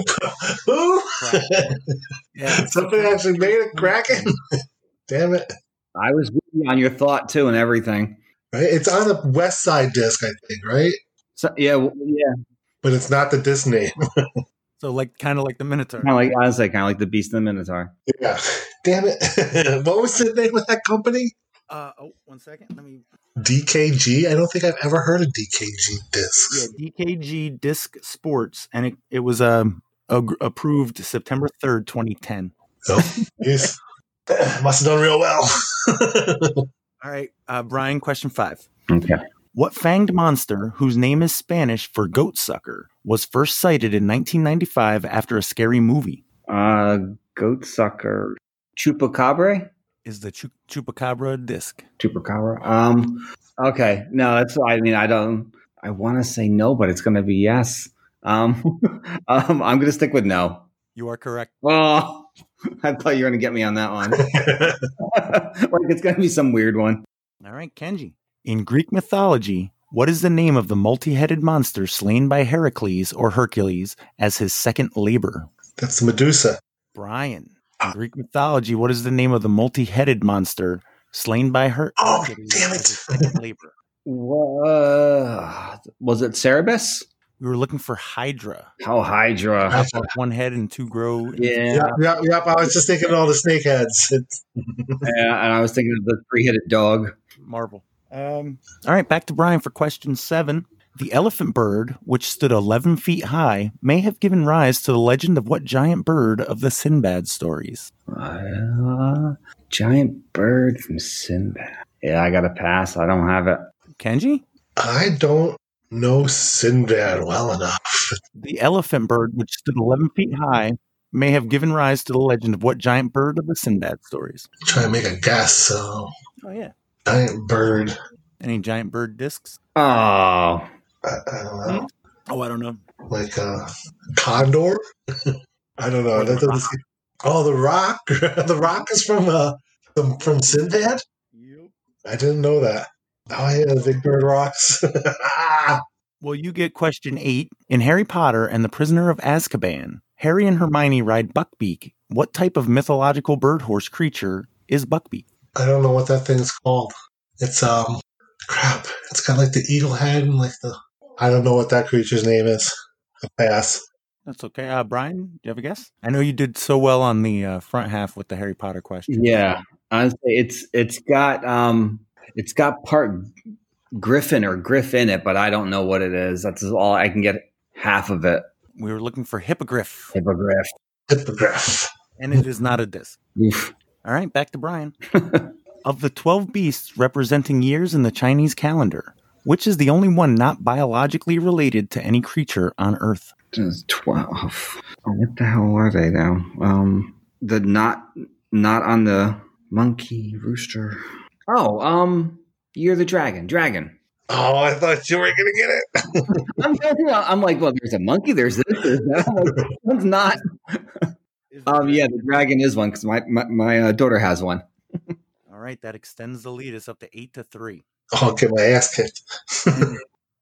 B: Who?
C: Kraken. Yeah,
B: Somebody actually made a Kraken? Damn it.
A: I was with you on your thought too and everything.
B: Right? It's on a West Side disc, I think, right?
A: So yeah, w- yeah.
B: But it's not the disc name.
C: So like kind of like the Minotaur.
A: Kind of like honestly, kind of like the Beast and the Minotaur.
B: Yeah. Damn it. what was the name of that company?
C: Uh, oh, one second. Let me.
B: DKG? I don't think I've ever heard of DKG
C: Yeah,
B: discs.
C: DKG Disc Sports, and it it was um ag- approved September third, twenty ten.
B: Jeez. Must have done real well.
C: All right, uh, Brian. Question five.
A: Okay.
C: What fanged monster, whose name is Spanish for goat sucker, was first sighted in 1995 after a scary movie?
A: Uh, goat sucker. Chupacabra.
C: Is the Chu- Chupacabra a disc?
A: Chupacabra. Um. Okay. No, that's. I mean, I don't. I want to say no, but it's going to be yes. Um, um, I'm going to stick with no.
C: You are correct.
A: Oh, I thought you were going to get me on that one. like it's going to be some weird one.
C: All right, Kenji. In Greek mythology, what is the name of the multi headed monster slain by Heracles or Hercules as his second labor?
B: That's Medusa.
C: Brian. In Greek mythology, what is the name of the multi headed monster slain by Her-
B: Oh,
C: Hercules
B: damn
C: as his
B: it.
C: second labor?
A: Wha- was it Cerebus?
C: We were looking for Hydra.
A: Oh, Hydra.
B: Right.
C: Up with one head and two grow.
A: Yeah.
B: Yep, yep, yep. I was just thinking all the snakeheads. It's,
A: yeah. And I was thinking of the three headed dog.
C: Marvel. Um, All right, back to Brian for question seven. The elephant bird, which stood 11 feet high, may have given rise to the legend of what giant bird of the Sinbad stories?
A: Uh, giant bird from Sinbad. Yeah, I got to pass. I don't have it.
C: Kenji?
B: I don't know Sinbad well enough.
C: The elephant bird, which stood 11 feet high, may have given rise to the legend of what giant bird of the Sinbad stories?
B: Try to make a guess. So
C: Oh yeah.
B: giant bird.
C: Any giant bird discs?
A: Oh,
B: I, I don't know.
C: Oh, I don't know.
B: Like a condor. I don't know.
C: Or the
B: That doesn't
C: rock.
B: seem- oh, the rock. the rock is from uh from, from Sinbad. I didn't know that. Oh yeah, the big bird rocks. Ah!
C: Well, you get question eight. In Harry Potter and the Prisoner of Azkaban, Harry and Hermione ride Buckbeak. What type of mythological bird horse creature is Buckbeak?
B: I don't know what that thing's called. It's um crap. It's got like the eagle head and like the I don't know what that creature's name is. I pass.
C: That's okay. Uh, Brian, do you have a guess? I know you did so well on the uh, front half with the Harry Potter question.
A: yeah. Honestly, it's it's got um it's got part Griffin or Griff in it, but I don't know what it is. That's all I can get half of it.
C: We were looking for hippogriff,
A: Hippogriff.
B: Hippogriff.
C: and it is not a disc.
A: Oof.
C: All right, back to Brian. of the 12 beasts representing years in the Chinese calendar, which is the only one not biologically related to any creature on Earth?
A: It's twelve. Oh, What the hell are they now? Um, the not not on the monkey rooster. Oh, um, you're the dragon. Dragon.
B: Oh, I thought you were gonna get it.
A: I'm, going through- I'm like, well, there's a monkey. There's this. There's that. I'm like, one's not. Um, yeah, the dragon is one because my my, my uh, daughter has one.
C: All right, that extends the lead. It's up to eight to three.
B: Oh, I'll get my ass kicked.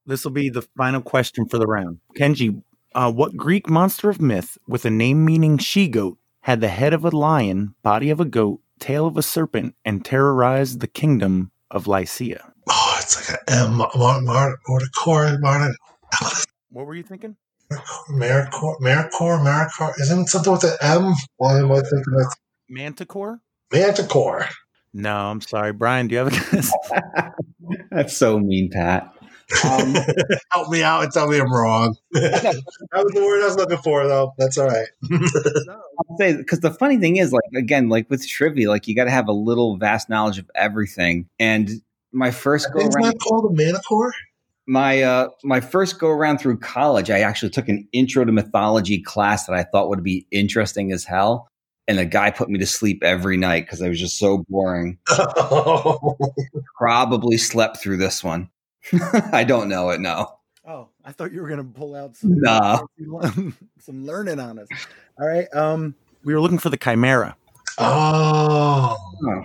C: This will be the final question for the round. Kenji, uh, what Greek monster of myth with a name meaning she goat had the head of a lion, body of a goat, tail of a serpent, and terrorized the kingdom of Lycia?
B: Oh, it's like a M Mar Mar Morticore Mar
C: What were you thinking?
B: Maricore Maricore Maricore. Isn't it something with an M? Why am I thinking that's
C: Manticore?
B: Manticore?
C: No, I'm sorry. Brian, do you have a guess?
A: That's so mean, Pat. Um,
B: Help me out and tell me I'm wrong. that was the word I was looking for, though. That's all right.
A: I'll say because the funny thing is, like again, like with trivia, like you got to have a little vast knowledge of everything. And my first go
B: Isn't
A: around,
B: that called a manicore?
A: my uh, my first go around through college, I actually took an intro to mythology class that I thought would be interesting as hell. And the guy put me to sleep every night because I was just so boring. Probably slept through this one. I don't know it. No.
C: Oh, I thought you were going to pull out some
A: Nah.
C: some learning on us. All right. Um, we were looking for the chimera.
B: oh.
A: Oh,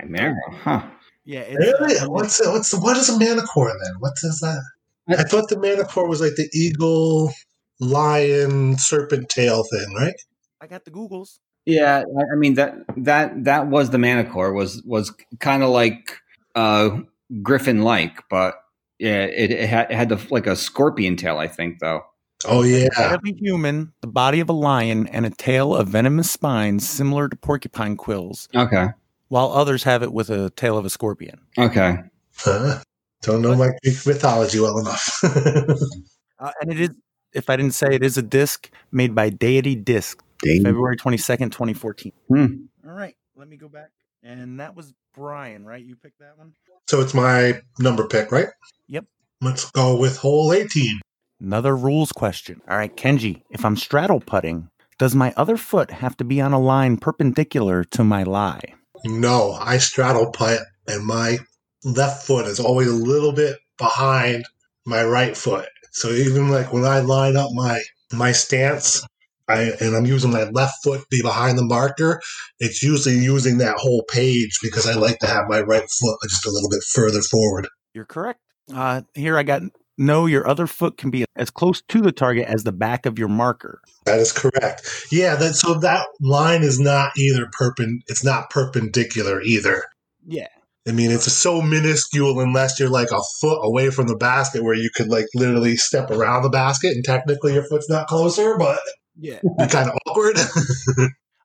A: chimera, huh?
C: Yeah, it's, uh,
B: Really? What's the, what's the, what is a manicore then? What is that? I thought the manicore was like the eagle, lion, serpent tail thing, right?
C: I got the Googles.
A: Yeah, I I mean that that that was the Manicore was was kind of like uh Griffin like, but yeah, it, it had it had the, like a scorpion tail, I think though.
B: Oh
C: Head
B: yeah.
C: of a human, the body of a lion, and a tail of venomous spines similar to porcupine quills,
A: Okay,
C: while others have it with a tail of a scorpion.
A: okay,
B: Huh? Don't know my Greek mythology well enough.
C: Uh, and it is, if I didn't say it is a disc made by Deity Disc, February 22nd, 2014.
A: Hmm.
C: All right, let me go back. And that was Brian, right? You picked that one?
B: so it's my number pick, right?
C: Yep.
B: Let's go with hole 18.
C: Another rules question. All right, Kenji, if I'm straddle putting, does my other foot have to be on a line perpendicular to my lie?
B: No, I straddle putt, and my left foot is always a little bit behind my right foot. So even like when I line up my my stance, I and I'm using my left foot to be behind the marker. It's usually using that whole page because I like to have my right foot just a little bit further forward.
C: You're correct. Uh, here I got no, your other foot can be as close to the target as the back of your marker.
B: That is correct. Yeah, that so that line is not either perpend. It's not perpendicular either.
C: Yeah.
B: I mean, it's so minuscule unless you're like a foot away from the basket where you could like literally step around the basket and technically your foot's not closer, but
C: Yeah.
B: it's kind of awkward.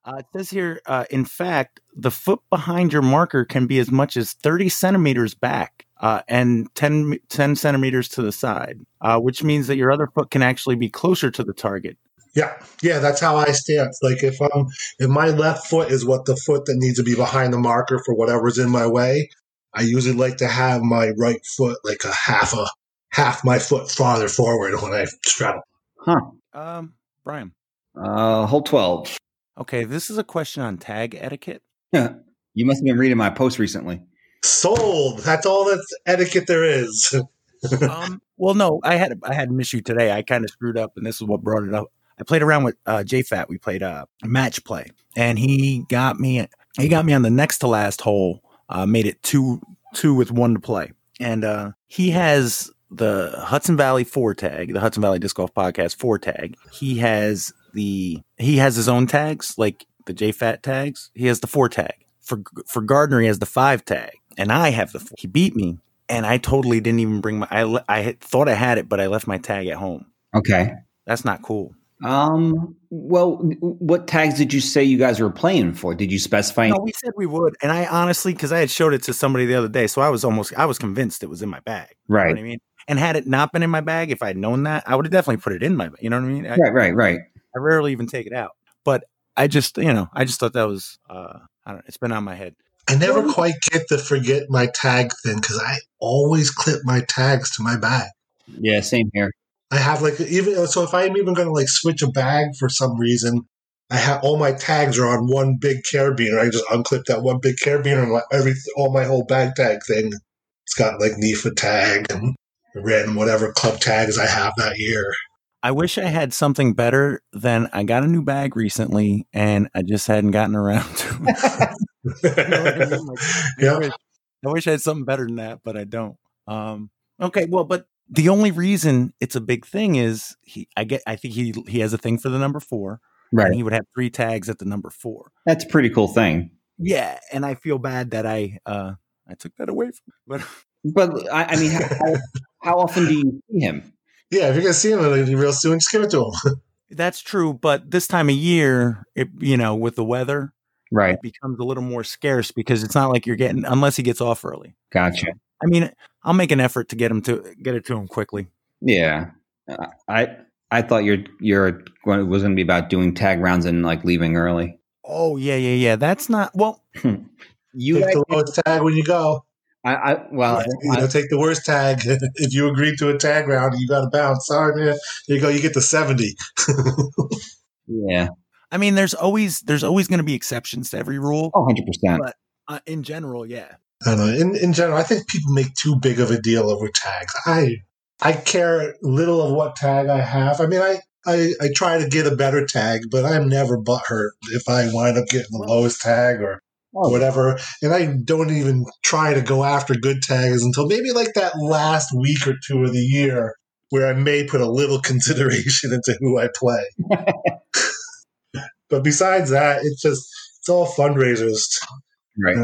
C: Uh, it says here, uh, in fact, the foot behind your marker can be as much as 30 centimeters back uh, and 10, m- 10 centimeters to the side, uh, which means that your other foot can actually be closer to the target.
B: yeah, yeah, that's how I stance. Like if I'm if my left foot is what the foot that needs to be behind the marker for whatever's in my way, I usually like to have my right foot like a half a half my foot farther forward when I straddle.
A: huh?
C: Um, Brian,
A: Uh, hole 12.
C: Okay, this is a question on tag etiquette.
A: You must have been reading my post recently.
B: Sold. That's all that's etiquette there is.
C: um, well, no, I had I had an issue today. I kind of screwed up, and this is what brought it up. I played around with uh, JFAT. We played uh, match play, and he got me. He got me on the next to last hole. Uh, made it two two with one to play, and uh, he has the Hudson Valley four tag, the Hudson Valley Disc Golf Podcast four tag. He has the he has his own tags, like the JFAT tags. He has the four tag for for Gardner. He has the five tag, and I have the. Four. He beat me and I totally didn't even bring my. I le- I had- thought I had it, but I left my tag at home.
A: Okay.
C: That's not cool.
A: Um. Well, n- what tags did you say you guys were playing for? Did you specify?
C: No, we said we would, and I honestly, because I had showed it to somebody the other day, so I was almost, I was convinced it was in my bag. You know
A: right.
C: what I mean, and had it not been in my bag, if I'd known that, I would have definitely put it in my. You know what I mean? I,
A: Right. Right. Right.
C: I rarely even take it out, but I just, you know, I just thought that was, uh, I don't. know, It's been on my head.
B: I never quite get the forget my tag thing because I always clip my tags to my bag.
A: Yeah. Same here.
B: I have like even uh, so if I'm even going to like switch a bag for some reason, I have all my tags are on one big carabiner. I just unclip that one big carabiner and like every all my whole bag tag thing. It's got like NIFA tag and random whatever club tags I have that year.
C: I wish I had something better than I got a new bag recently, and I just hadn't gotten around to. it. You know what I mean? Like, I,
B: yeah,
C: wish, I wish I had something better than that, but I don't. Um, okay, well, but the only reason it's a big thing is he. I get. I think he he has a thing for the number four,
A: Right.
C: and he would have three tags at the number four.
A: That's a pretty cool thing.
C: Yeah, and I feel bad that I uh I took that away from. But
A: But I, I mean, how, how- how often do you see him?
B: yeah. If you're gonna see him like, real soon, just give it to him.
C: that's true. But this time of year, it you know, with the weather,
A: Right.
C: it becomes a little more scarce because it's not like you're getting unless he gets off early.
A: Gotcha.
C: I mean, I'll make an effort to get him to get it to him quickly.
A: Yeah. Uh, I I thought your your one was going to be about doing tag rounds and like leaving early.
C: Oh yeah, yeah, yeah. That's not well.
A: You
B: Take
A: guys,
B: the lowest tag when you go.
A: I, I well,
B: You know,
A: I,
B: take the worst tag. if you agree to a tag round, you got to bounce. Sorry, man. There you go. You get the seventy.
A: yeah.
C: I mean, there's always there's always going to be exceptions to every rule,
A: Oh, 100%.
C: but uh, in general, yeah.
B: I don't know. In, in general, I think people make too big of a deal over tags. I I care little of what tag I have. I mean, I, I, I try to get a better tag, but I'm never butthurt if I wind up getting the lowest tag or
A: Oh,
B: whatever. And I don't even try to go after good tags until maybe like that last week or two of the year where I may put a little consideration into who I play. but besides that, it's just, it's all fundraisers.
A: right.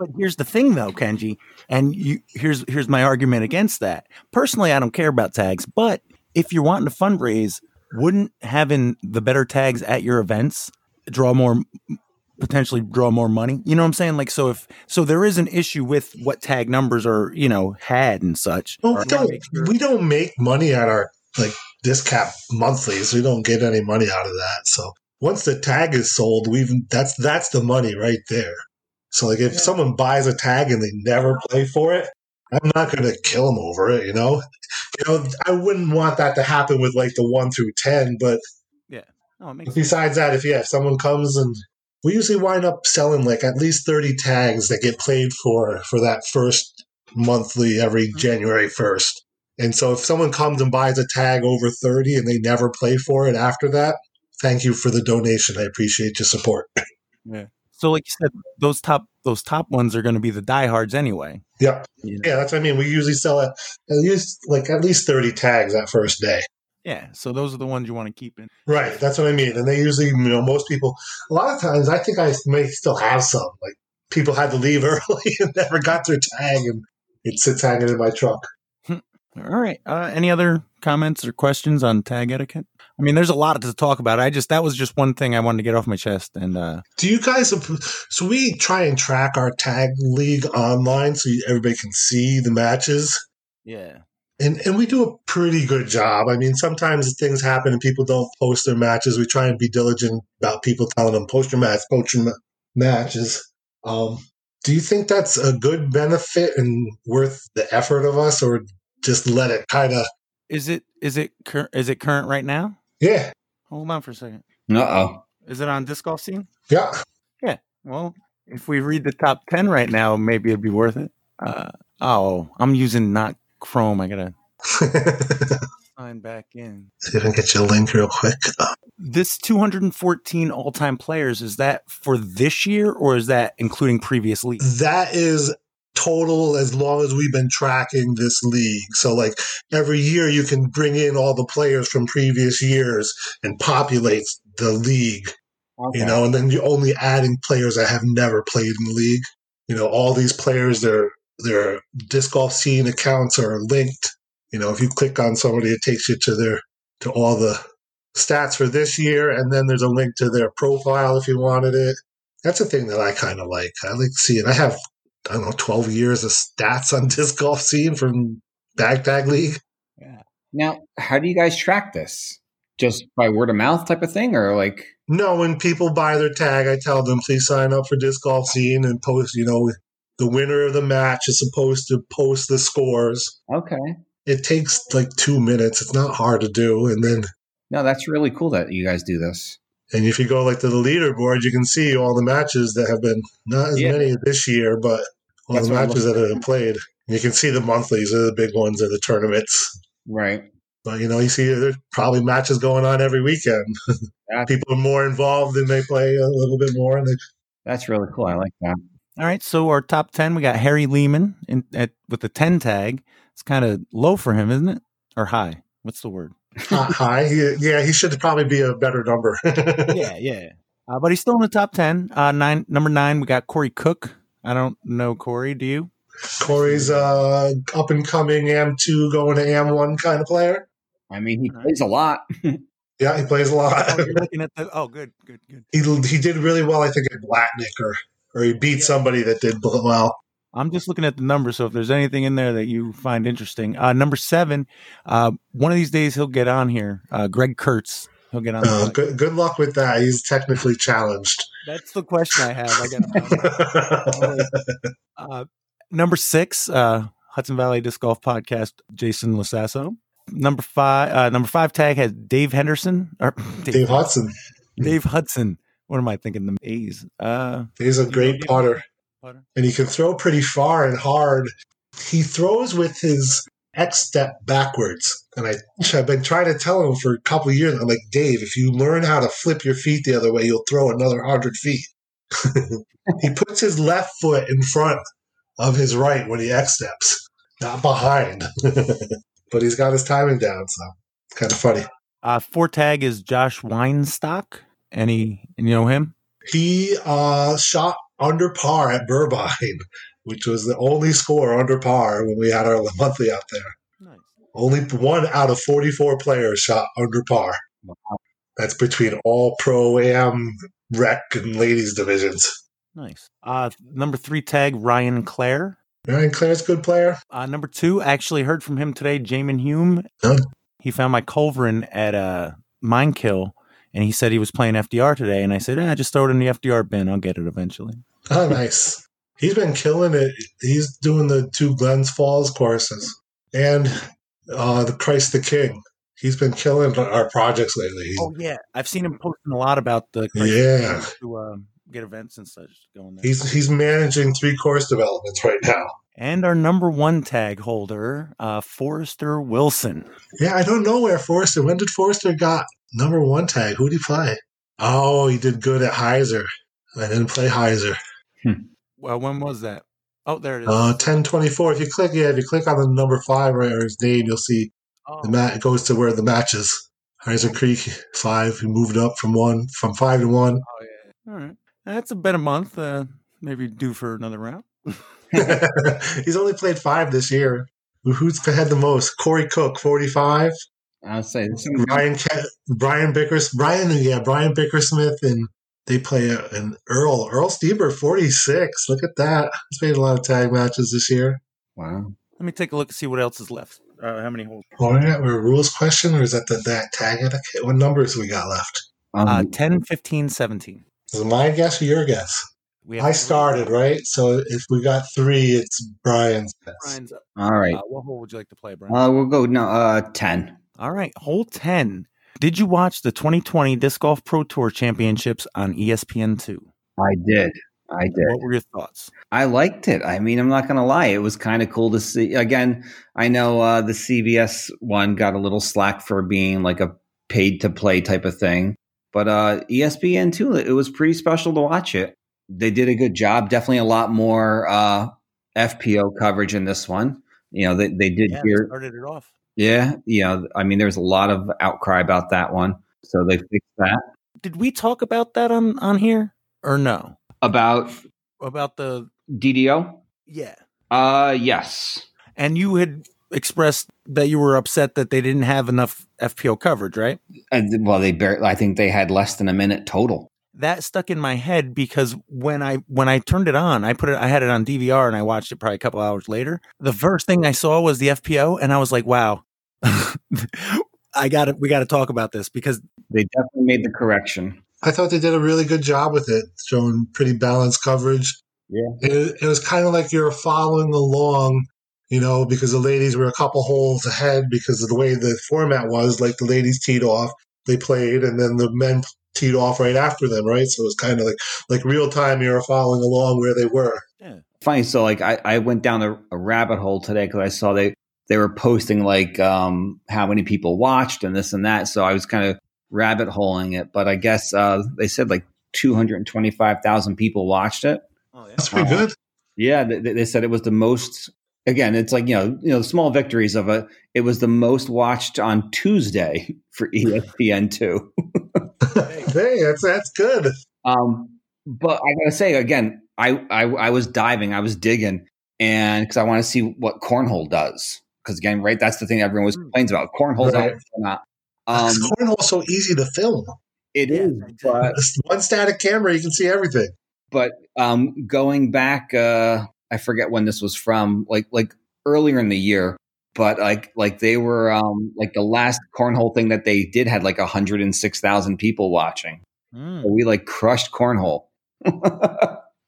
C: But here's the thing, though, Kenji, and you here's here's my argument against that. Personally, I don't care about tags, but if you're wanting to fundraise, wouldn't having the better tags at your events draw more potentially draw more money? You know what I'm saying? Like, so if so, there is an issue with what tag numbers are you know had and such.
B: Well, we
C: You wanna
B: don't
C: make sure-
B: we don't make money at our like discount monthlies. We don't get any money out of that. So once the tag is sold, we've that's that's the money right there. So like if someone buys a tag and they never play for it, I'm not gonna kill them over it. You know, you know I wouldn't want that to happen with like the one through ten. But
C: No, Oh, it makes sense.
B: besides that, if yeah, if someone comes and we usually wind up selling like at least thirty tags that get played for for that first monthly every January first. And so if someone comes and buys a tag over thirty and they never play for it after that, thank you for the donation. I appreciate your support.
C: So, like you said, those top those top ones are going to be the diehards anyway.
B: Yep.
C: You know?
B: Yeah, that's what I mean. We usually sell at, at least like at least thirty tags that first day.
C: Yeah. So those are the ones you want to keep in.
B: Right, that's what I mean. And they usually, you know, most people, a lot of times, I think I may still have some. Like, people had to leave early and never got their tag, and it sits hanging in my truck.
C: All right. Uh, any other comments or questions on tag etiquette? I mean, there's a lot to talk about. I just that was just one thing I wanted to get off my chest. And uh,
B: Do you guys, so we try and track our tag league online so you- everybody can see the matches.
C: yeah,
B: And, and we do a pretty good job. I mean, sometimes things happen and people don't post their matches. We try and be diligent about people telling them post your match, post your ma- matches. Um, do you think that's a good benefit and worth the effort of us, or just let it kind of?
C: is it is it cur- is it current right now?
B: Yeah,
C: Hold on for a second.
A: Uh oh.
C: Is it on disc golf scene?
B: Yeah.
C: Well, if we read the top 10 right now, maybe it'd be worth it. Uh, oh, I'm using not Chrome. I got to sign back in.
B: See if I can get you a link real quick.
C: This 214 all time players, is that for this year or is that including previous leagues?
B: That is total as long as we've been tracking this league. So, like every year, you can bring in all the players from previous years and populate the league,
A: Okay.
B: you know, and then you're only adding players that have never played in the league. You know, all these players, their their disc golf scene accounts are linked. You know, if you click on somebody, it takes you to their to all the stats for this year, and then there's a link to their profile if you wanted it. That's a thing that I kind of like. I like seeing. I have I don't know, 12 years of stats on disc golf scene from Bagtag League.
A: Now, how do you guys track this? Just by word of mouth type of thing, or like?
B: No, when people buy their tag, I tell them, please sign up for disc golf scene and post, you know, the winner of the match is supposed to post the scores.
A: Okay.
B: It takes like two minutes. It's not hard to do. And then,
A: No, that's really cool that you guys do this.
B: and if you go like to the leaderboard, you can see all the matches that have been not as
A: Yeah.
B: many this year, but all
A: That's
B: the
A: what I'm
B: matches that
A: looking
B: have been played. You can see the monthlies are the big ones and the tournaments.
A: Right.
B: But you know, you see there's probably matches going on every weekend.
A: That's,
B: People are more involved and they play a little bit more. And they,
A: that's really cool. I like that.
C: All right, so our top 10, we got Harry Lehman in, at, with the 10 tag. It's kind of low for him, isn't it? Or high. What's the word?
B: not high. He- yeah, he should probably be a better number.
C: yeah, yeah. Uh, but he's still in the top 10. Uh, nine, number nine, we got Corey Cook. I don't know Corey. Do you?
B: Corey's uh, up and coming AM2 going to AM1 kind of player.
A: I mean, he
C: All right.
A: plays a lot.
B: Yeah, he plays a lot.
C: Oh, you're looking at the. Oh, good, good, good.
B: he, he did really well, I think, at Blatnick or, or he beat somebody that did bl- well.
C: I'm just looking at the numbers. So if there's anything in there that you find interesting, uh, number seven, uh, one of these days he'll get on here. Uh, Greg Kurtz, he'll get on. the
B: Uh,
C: mic.
B: good, good luck with that. He's technically challenged.
C: That's the question I have. I got uh, number six, uh, Hudson Valley Disc Golf Podcast, Jason Lasasso. Number five, uh, number five tag has Dave Henderson or
B: Dave Hudson,
C: Dave Hudson. What am I thinking? The A's. Uh,
B: he's a great potter.
C: Potter.
B: and he can throw pretty far and hard. He throws with his X step backwards. And I, I've been trying to tell him for a couple of years. I'm like, Dave, if you learn how to flip your feet the other way, you'll throw another 100 feet. he puts his left foot in front of his right when he X steps, not behind. but he's got his timing down, so it's kind of funny.
C: Uh, four tag is Josh Weinstock. Any, you know him?
B: He uh, shot under par at Burbine, which was the only score under par when we had our monthly out there.
C: Nice.
B: Only one out of 44 players shot under par. That's between all pro am, rec, and ladies divisions.
C: Nice. Uh, number three tag Ryan Clare.
B: Ryan Clare's a good player.
C: Uh, number two, I actually heard from him today, Jamin Hume.
B: Oh.
C: He found my culverin at uh, Mine Kill, and he said he was playing FDR today. And I said, eh, just throw it in the FDR bin. I'll get it eventually.
B: Oh, nice. He's been killing it. He's doing the two Glens Falls courses and uh, the Christ the King. He's been killing our projects lately.
C: Oh, yeah. I've seen him posting a lot about the
B: Yeah.
C: to uh, get events and such going there.
B: He's he's managing three course developments right now.
C: and our number one tag holder, uh, Forrester Wilson.
B: Yeah, I don't know where Forrester. When did Forrester got number one tag? Who did he play? Oh, he did good at Heiser. I didn't play Heiser.
C: Well, when was that? Oh, there it is.
B: Uh, ten twenty four. If you click, yeah, if you click on the number five right or his name, you'll see the
C: oh,
B: mat. It goes to where the match is. Heiser Creek five. He moved up from one from five to one.
C: oh, yeah. All right. That's about a month. Uh, maybe due for another round.
B: He's only played five this year. Who's had the most? Corey Cook, forty five.
A: I'll say this.
B: Brian Ke- Brian Bickers Brian yeah Brian Bickersmith and they play a, an Earl Earl Steber forty six. Look at that! He's made a lot of tag matches this year.
A: Wow.
C: Let me take a look and see what else is left. Uh, how many holes?
B: Oh, is that a rules question or is that the that tag? etiquette? What numbers we got left?
A: Um,
C: Uh, 10, 15, 17.
B: Is it my guess or your guess?
C: We
B: I
C: three.
B: started right, so if we got three, it's Brian's guess.
C: Brian's up.
A: all right.
C: Uh, what hole would you like to play, Brian?
A: Uh, we'll go no uh ten.
C: All right, hole 10. Did you watch the 2020 Disc Golf Pro Tour Championships on E ESPN2?
A: I did. I did.
C: What were your thoughts?
A: I liked it. I mean, I'm not going to lie. It was kind of cool to see. Again, I know uh, the CBS one got a little slack for being like a paid to play type of thing, but uh, ESPN too, it was pretty special to watch it. They did a good job. Definitely a lot more uh, FPO coverage in this one. You know, they, they did
C: Yeah,
A: hear.
C: started it off.
A: Yeah. You know, I mean, there was a lot of outcry about that one. So they fixed that.
C: Did we talk about that on on here or no?
A: About
C: About the
A: DDO?
C: yeah.
A: Uh, yes.
C: And you had expressed that you were upset that they didn't have enough FPO coverage, right?
A: And, well, they bar- I think they had less than a minute total.
C: That stuck in my head because when I when I turned it on, I put it I had it on DVR and I watched it probably a couple hours later. The first thing I saw was the FPO and I was like, "Wow. I got to we got to talk about this because
A: They definitely made the correction.
B: I thought they did a really good job with it, showing pretty balanced coverage.
A: Yeah.
B: It, it was kind of like you're following along, you know, because the ladies were a couple holes ahead because of the way the format was. Like the ladies teed off, they played, and then the men teed off right after them, right? So it was kind of like like real time. You were following along where they were.
A: Funny, so like I, I went down a, a rabbit hole today because I saw they they were posting like um, how many people watched and this and that. So I was kind of rabbit holing it, but I guess uh, they said like two hundred twenty five thousand people watched it.
B: That's pretty good.
A: Yeah, they, they said it was the most. Again, it's like you know, you know, small victories of it. It was the most watched on Tuesday for E ESPN two.
B: hey, that's that's good.
A: Um, but I gotta say again, I, I I was diving, I was digging, and because I want to see what cornhole does. Because again, right, that's the thing everyone always complains about. Cornhole's
B: Right.
A: not.
B: Um,
A: Um,
B: cornhole's so easy to film.
A: it
C: Yeah,
A: is, but
B: Just one static camera, you can see everything.
A: but um, going back, uh, I forget when this was from, like like earlier in the year, but like like they were um, like the last cornhole thing that they did had like hundred and six thousand people watching.
E: Hmm,
C: Mm,
A: We like crushed cornhole.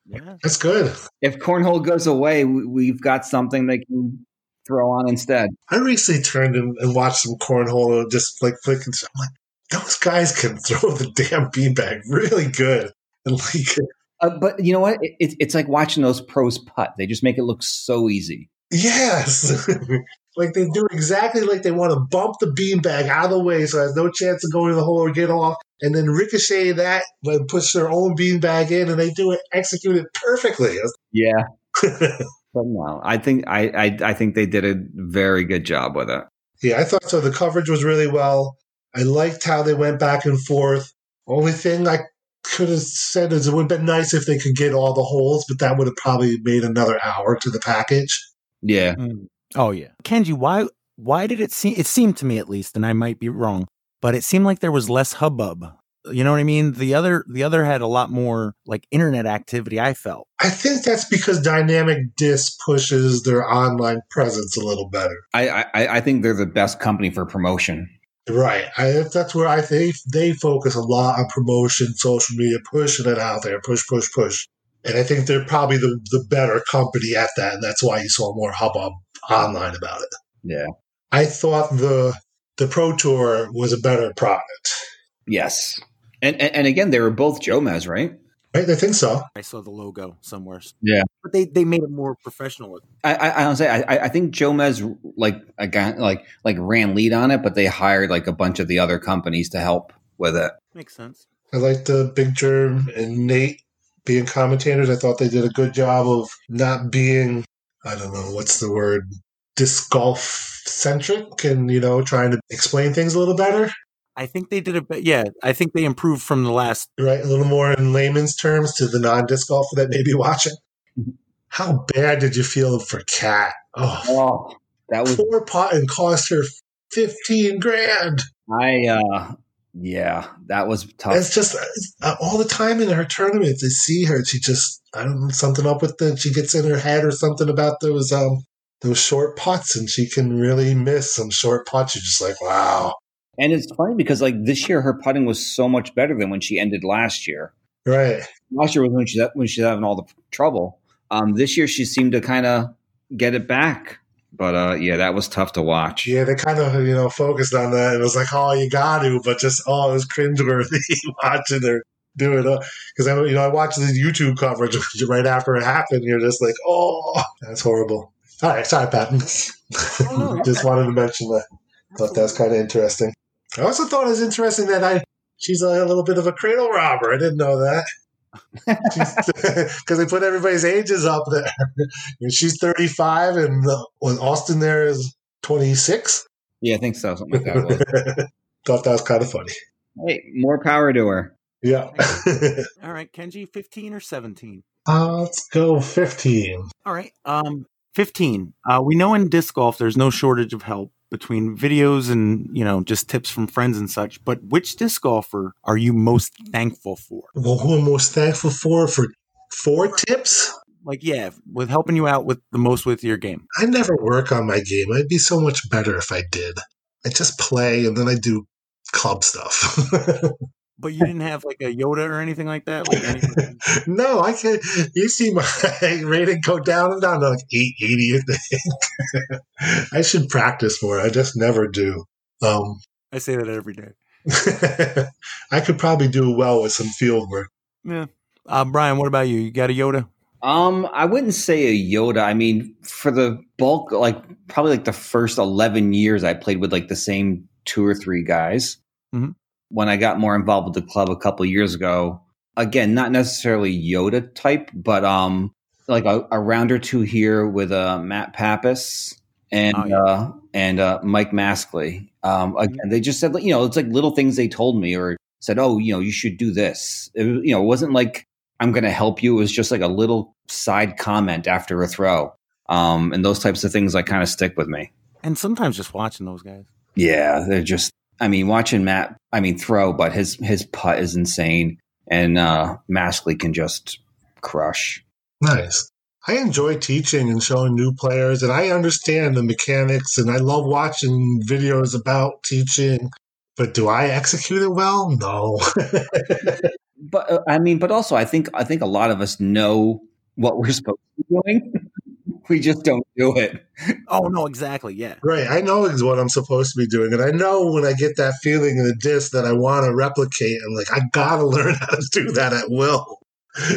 C: yeah.
B: That's good.
A: if cornhole goes away, we- we've got something they can throw on instead.
B: I recently turned and, and watched some cornhole and just like flicking. so I'm like, those guys can throw the damn beanbag really good. And like,
A: Uh, but you know what? It, it's it's like watching those pros putt. They just make it look so easy.
B: yes, like they do exactly like they want to bump the beanbag out of the way so it has no chance of going to the hole or get off, and then ricochet that and push their own beanbag in, and they do it, execute it perfectly.
A: Yeah, but no, I think I I, I think they did a very good job with it.
B: Yeah, I thought so. The coverage was really well. I liked how they went back and forth. Only thing I could have said is it would have been nice if they could get all the holes, but that would have probably made another hour to the package.
A: Yeah,
C: Mm. Oh yeah. Kenji, why why did it seem it seemed to me at least, and I might be wrong, but it seemed like there was less hubbub. You know what I mean? The other the other had a lot more like internet activity, I felt.
B: I think that's because Dynamic Disc pushes their online presence a little better.
A: I I, I think they're the best company for promotion.
B: Right. I, that's where I think they focus a lot on promotion, social media, pushing it out there, push, push, push. And I think they're probably the, the better company at that. And that's why you saw more hubbub online about it.
A: Yeah.
B: I thought the the Pro Tour was a better product.
A: Yes. And and, and again, they were both Jomez, right?
B: Right? I think so.
C: I saw the logo somewhere.
A: Yeah.
C: But they, they made it more professional.
A: I, I, I don't say I, I- I think Jomez like a guy like like ran lead on it, but they hired like a bunch of the other companies to help with it.
C: Makes sense.
B: I liked the Big Germ and Nate being commentators. I thought they did a good job of not being I don't know what's the word disc golf centric and you know trying to explain things a little better.
C: I think they did a bit yeah, I think they improved from the last
B: Right, a little more in layman's terms to the non disc golfer that may be watching. How bad did you feel for Kat? Oh,
A: Oh, that was
B: poor pot and cost her fifteen grand.
A: I uh yeah, that was tough.
B: That's just uh, all the time in her tournaments. I see her. She just I don't know something up with the. She gets in her head or something about those um those short putts, and she can really miss some short putts. You're just like, wow,
A: and it's funny because like this year her putting was so much better than when she ended last year.
B: right?
A: Last year was when she's when she's having all the trouble. Um this year she seemed to kind of get it back. But uh, yeah, that was tough to watch.
B: Yeah, they kind of you know focused on that. It was like, oh, you got to, but just oh, it was cringeworthy watching her do it. Because I you know I watched the YouTube coverage right after it happened. You're just like, oh, that's horrible. All right, sorry, Pat. just wanted to mention that. Thought that was kind of interesting. I also thought it was interesting that I she's a little bit of a cradle robber. I didn't know that. Because they put everybody's ages up there. And she's 35, and uh, when Austin there is 26.
A: Yeah, I think so. Something like that. was.
B: Thought that was kind of funny.
A: Hey, more power to her.
B: Yeah.
C: All right, Kenji, 15 or 17?
B: uh, let's go 15.
C: All right. Um, 15. Uh, we know in disc golf there's no shortage of help between videos and, you know, just tips from friends and such, but which disc golfer are you most thankful for?
B: Well, who I'm most thankful for for four tips?
C: Like, yeah, with helping you out with the most with your game.
B: I never work on my game. I'd be so much better if I did. I just play and then I do club stuff.
C: But you didn't have like a Yoda or anything like that? Like any-
B: no, I can. You see my rating go down and down to like 880, I think. I should practice more. I just never do. Um,
C: I say that every day.
B: I could probably do well with some field work.
C: Yeah. Uh, Brian, what about you? You got a Yoda?
A: Um, I wouldn't say a Yoda. I mean, for the bulk, like probably like the first eleven years, I played with like the same two or three guys.
C: Mhm.
A: When I got more involved with the club a couple years ago, again, not necessarily Yoda type, but um, like a, a round or two here with uh, Matt Pappas and
C: Oh, yeah.
A: uh, and uh, Mike Maskley. Um, again, they just said you know it's like little things they told me or said, oh, you know, you should do this. It, was- you know, it wasn't like I'm going to help you. It was just like a little side comment after a throw. Um, and those types of things like kind of stick with me.
C: And sometimes just watching those guys.
A: Yeah, they're just. I mean, watching Matt. I mean, throw, but his his putt is insane, and uh, Maskley can just crush.
B: Nice. I enjoy teaching and showing new players, and I understand the mechanics, and I love watching videos about teaching. But do I execute it well? No.
A: But uh, I mean, but also, I think I think a lot of us know what we're supposed to be doing. we just don't do it.
C: Oh, no, exactly. Yeah.
B: right. I know is what I'm supposed to be doing, and I know when I get that feeling in the disc that I want to replicate. I'm like, I gotta learn how to do that at will.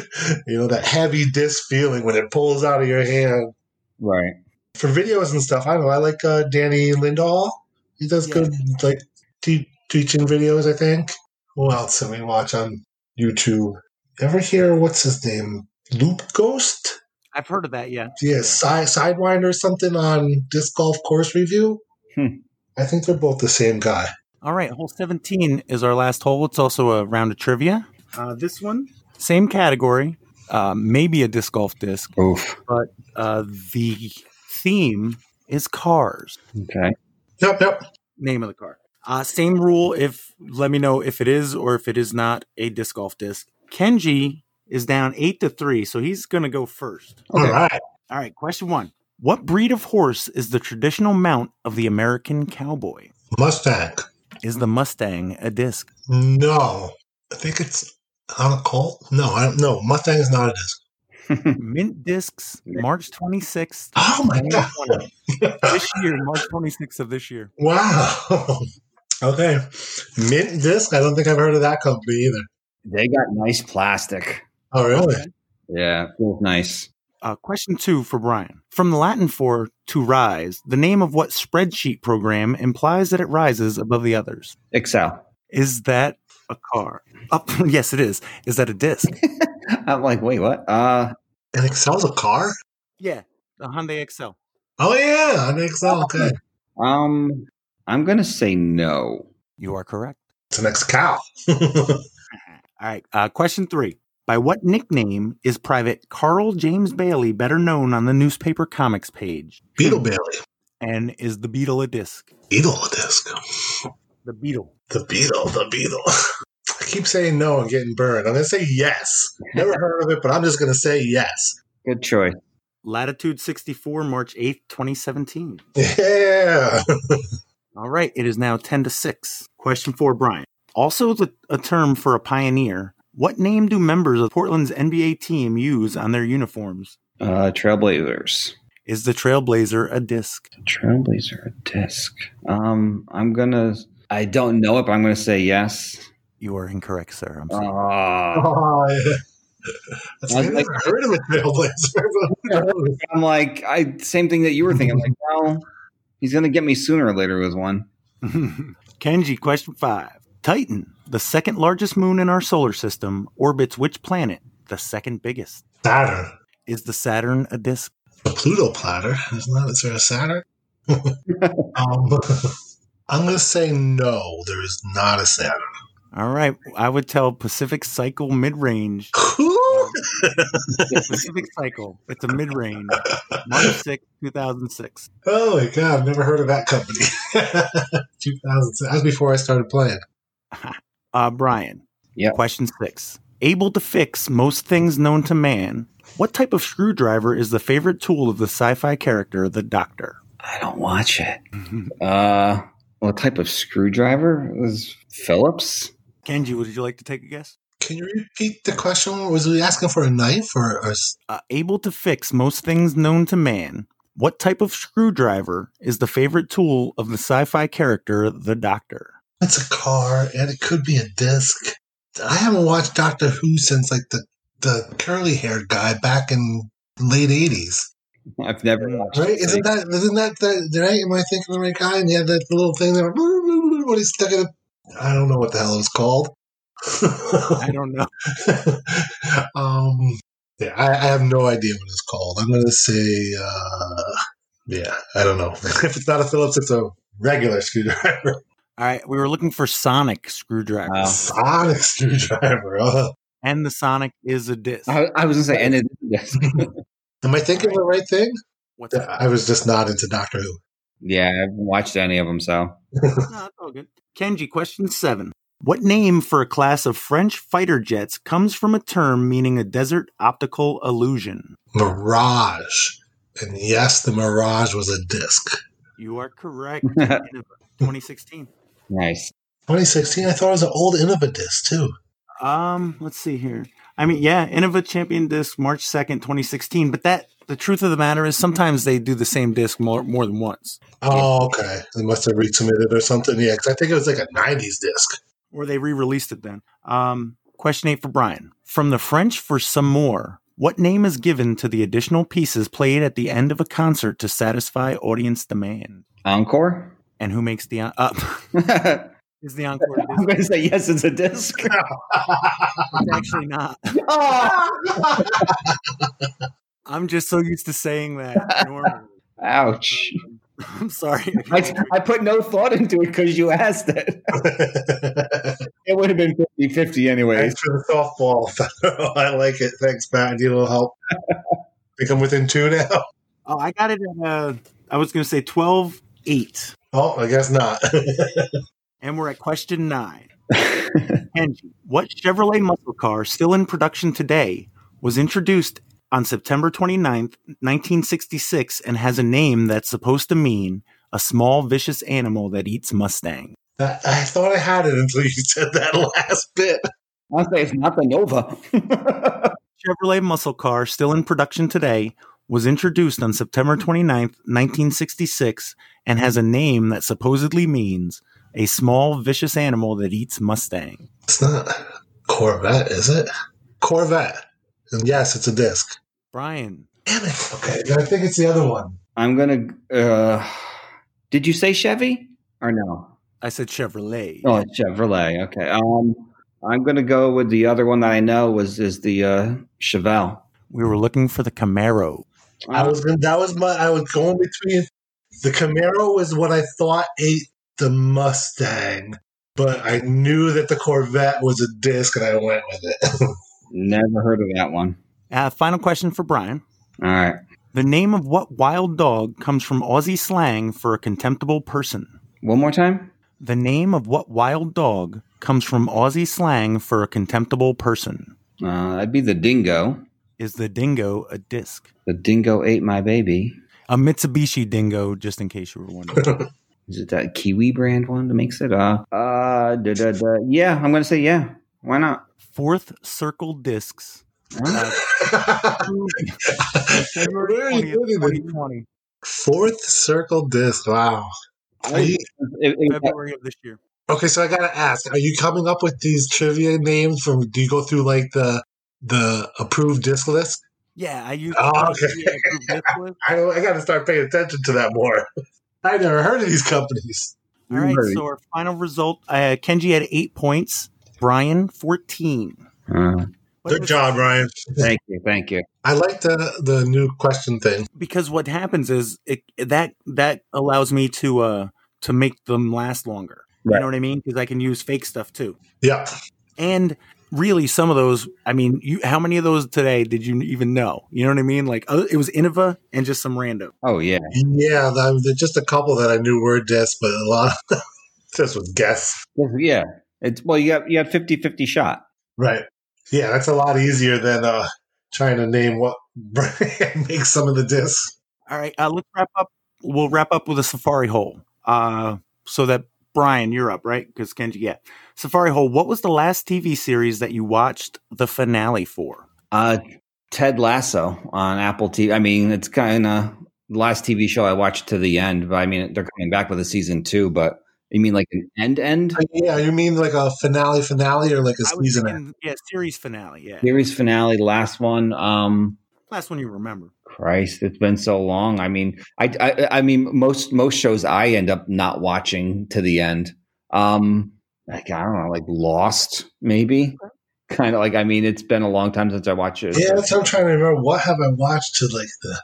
B: you know, that heavy disc feeling when it pulls out of your hand.
A: Right.
B: for videos and stuff. I don't know. I like uh, Danny Lindahl. He does
C: Yeah.
B: good like te- teaching videos. I think. Who else can we watch on YouTube? Ever hear what's his name? Loop Ghost?
C: I've heard of that. Yeah.
B: Yeah, side Sidewinder or something on disc golf course review.
A: Hmm.
B: I think they're both the same guy.
C: All right, hole 17 is our last hole. It's also a round of trivia. Uh, this one, same category, uh, maybe a disc golf disc,
A: Oof.
C: but uh, the theme is cars.
A: Okay.
B: Yep, yep.
C: Name of the car. Uh, same rule. If let me know if it is or if it is not a disc golf disc. Kenji is down eight to three, so he's going to go first.
A: Okay.
B: All right.
C: All right, question one. What breed of horse is the traditional mount of the American cowboy?
B: Mustang.
C: Is the Mustang a disc?
B: No, I think it's not a Colt. No, I don't know. Mustang is not a disc.
C: Mint Discs, March 26th.
B: Oh my god.
C: 2020. This year, March 26th of this year.
B: Wow. Okay. Mint Disc? I don't think I've heard of that company either.
A: They got nice plastic.
B: Oh, really?
A: Yeah, feels nice.
C: Uh, question two for Brian. From the Latin for to rise, the name of what spreadsheet program implies that it rises above the others?
A: Excel.
C: Is that a car? Up, yes, it is. Is that a disc?
A: I'm like, wait, what? Uh,
B: And Excel's a car?
C: yeah, the Hyundai Excel.
B: Oh, yeah. An Excel. Okay.
A: um, I'm gonna say no.
C: You are correct.
B: It's an Excal.
C: All right. Uh, question three. By what nickname is Private Carl James Bailey better known on the newspaper comics page?
B: Beetle Bailey.
C: And is the Beetle a disc?
B: Beetle Disc.
C: The Beetle.
B: The Beetle. The Beetle. I keep saying no and getting burned. I'm going to say yes. Never heard of it, but I'm just going to say yes.
A: Good choice.
C: Latitude 64, March 8th, 2017.
B: Yeah.
C: All right, it is now 10 to 6. Question 4, Brian. Also the, a term for a pioneer, what name do members of Portland's NBA team use on their uniforms?
A: Uh, Trailblazers.
C: Is the Trailblazer a disc?
A: Trailblazer, a disc. Um, I'm gonna. I don't know it, but I'm gonna say yes.
C: You are incorrect, sir. I'm sorry.
A: Ah.
B: Oh, yeah. That's,
A: I was
B: I've
A: like-
B: never heard of a trailblazer.
A: I'm like, I same thing that you were thinking. I'm like, well, he's gonna get me sooner or later with one.
C: Kenji, question five. Titan, the second largest moon in our solar system, orbits which planet? The second biggest.
B: Saturn.
C: Is the Saturn a disc?
B: Pluto platter, isn't that? Is there a Saturn? um, I'm going to say no, there is not a Saturn.
C: All right. I would tell Pacific Cycle mid range.
B: Who?
C: Pacific Cycle. It's a mid range. March 6, 2006.
B: Oh my god, I've never heard of that company. 2006. That was before I started playing.
C: Uh, Brian.
A: Yeah.
C: Question six. Able to fix most things known to man, what type of screwdriver is the favorite tool of the sci fi character, the Doctor?
A: I don't watch it. Uh, what type of screwdriver is Phillips?
C: Kenji, would you like to take a guess?
B: Can you repeat the question? Was we asking for a knife or, or s-
C: uh, able to fix most things known to man, what type of screwdriver is the favorite tool of the sci fi character, the Doctor?
B: it's a car and it could be a disc. I haven't watched Doctor Who since like the, the curly haired guy back in late 80s.
A: I've never watched.
B: Right?
A: it.
B: Isn't that isn't that the right? Am I thinking of the right guy? And he had that little thing there when he stuck it in I don't know what the hell it was called.
C: I don't know.
B: um yeah, I, I have no idea what it's called. I'm gonna say uh yeah, I don't know. if it's not a Phillips, it's a regular screwdriver.
C: All right, we were looking for Sonic screwdriver,
A: Wow.
B: Sonic screwdriver. Uh,
C: and the Sonic is a disc.
A: I, I was gonna say, and it, yes.
B: am I thinking of the right thing?
C: What's that?
B: I was just not into Doctor Who.
A: yeah, I haven't watched any of them, so
C: No, it's all good. Kenji, question seven. What name for a class of French fighter jets comes from a term meaning a desert optical illusion?
B: Mirage. And yes, the Mirage was a disc.
C: You are correct. Innova, 2016.
A: nice.
B: 2016, I thought it was an old Innova disc too.
C: Um, let's see here. I mean, yeah, Innova Champion Disc, March second, twenty sixteen. But that the truth of the matter is, sometimes they do the same disc more more than once,
B: Oh, okay. They must have resubmitted or something. Yeah, 'cause I think it was like a 90s disc.
C: or they re released it then. Um, question eight for Brian from the French for some more. What name is given to the additional pieces played at the end of a concert to satisfy audience demand?
A: Encore.
C: And who makes the on- uh,
A: I'm
C: is the encore disc?
A: gonna say yes. It's a disc.
C: It's actually not. I'm just so used to saying that normally.
A: Ouch.
C: I'm sorry.
A: I, I put no thought into it because you asked it. It would have been 50 50 anyways.
B: Thanks for the softball. I like it. Thanks, Matt. I need a little help. Think I'm within two now?
C: Oh, I got it at uh, I was going to say 12 8.
B: Oh, I guess not.
C: And we're at question nine. Kenji, what Chevrolet muscle car still in production today was introduced on September 29th, 1966, and has a name that's supposed to mean a small, vicious animal that eats Mustang?
B: That- I thought I had it until you said that last bit.
A: I'll say it's not the Nova.
C: Chevrolet muscle car still in production today was introduced on September 29th, 1966, and has a name that supposedly means a small, vicious animal that eats Mustang.
B: It's not Corvette, is it? Corvette. And yes, it's a disc.
C: Brian.
B: Damn it. Okay, then I think it's the other one.
A: I'm going to. Uh, did you say Chevy or no?
C: I said Chevrolet.
A: Oh, it's Chevrolet. Okay. Um, I'm going to go with the other one that I know was is the uh, Chevelle.
C: We were looking for the Camaro.
A: Uh,
B: I was gonna, that was my I was going between the Camaro was what I thought ate the Mustang, but I knew that the Corvette was a disc and I went with it.
A: Never heard of that one.
C: Uh, final question for Brian.
A: All right.
C: The name of what wild dog comes from Aussie slang for a contemptible person?
A: One more time.
C: The name of what wild dog comes from Aussie slang for a contemptible person?
A: Uh, that'd be the Dingo.
C: Is the dingo a disc?
A: The Dingo ate my baby.
C: A Mitsubishi dingo, just in case you were wondering.
A: Is it that Kiwi brand one that makes it? Uh, uh, da, da, da. yeah, I'm gonna say yeah. Why not?
C: Fourth circle discs
B: Where are you putting it?
C: 2020,
B: Fourth circle disc. Wow. Are you-
A: It- it-
C: February of this year.
B: okay, so I gotta ask: Are you coming up with these trivia names from? Do you go through like the the approved disc list?
C: Yeah, I used.
B: Oh,
C: I
B: okay.
C: used the approved disc list.
B: I I gotta start paying attention to that more. I never heard of these companies.
C: All right,
A: Right.
C: so our final result: uh, Kenji had eight points, Brian fourteen.
A: Uh,
C: But it
B: Good
C: was-
B: job, Ryan.
A: thank you, thank you.
B: I like the the new question thing.
C: Because what happens is it, that that allows me to uh to make them last longer. You
A: Right.
C: know what I mean? Because I can use fake stuff too.
B: Yeah,
C: and really some of those i mean you how many of those today did you even know you know what i mean like other, it was innova and just some random
A: Oh yeah,
B: yeah. that- there's just a couple that I knew were disc, but a lot of just was guess.
A: yeah. It's well, you got you got 50-50 shot.
B: Right. Yeah, that's a lot easier than uh, trying to name what make some of the discs.
C: all right uh, let's wrap up we'll wrap up with a safari hole uh, so that brian you're up right because kenji yeah safari hole what was the last tv series that you watched the finale for
A: Uh, Ted Lasso on Apple TV. I mean, it's kind of the last TV show I watched to the end. But I mean, they're coming back with a season two. But you mean like an end end
B: Yeah, you mean like a finale, finale, or like a
C: i was
B: season?
C: thinking yeah series finale yeah
A: series finale? The last one. Um,
C: last one you remember
A: Christ, it's been so long. I mean, I, I, I mean, most most shows I end up not watching to the end. Um, like I don't know, like Lost, maybe. Kind of like I mean, it's been a long time since I watched it.
B: Yeah, that's what I'm trying to remember. What have I watched to like the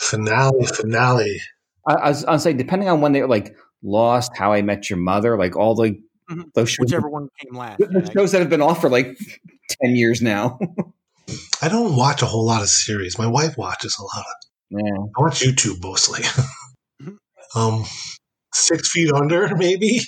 B: finale, finale?
A: I, I was, I was like, depending on when they were like Lost, How I Met Your Mother, like all the
C: Mhm.
A: those shows,
C: whichever one came last
A: the- the
C: yeah, I-
A: shows that have been off for like ten years now.
B: I don't watch a whole lot of series. My wife watches a lot. Of,
A: yeah.
B: I watch YouTube mostly.
C: Mhm.
B: um, Six Feet Under, maybe.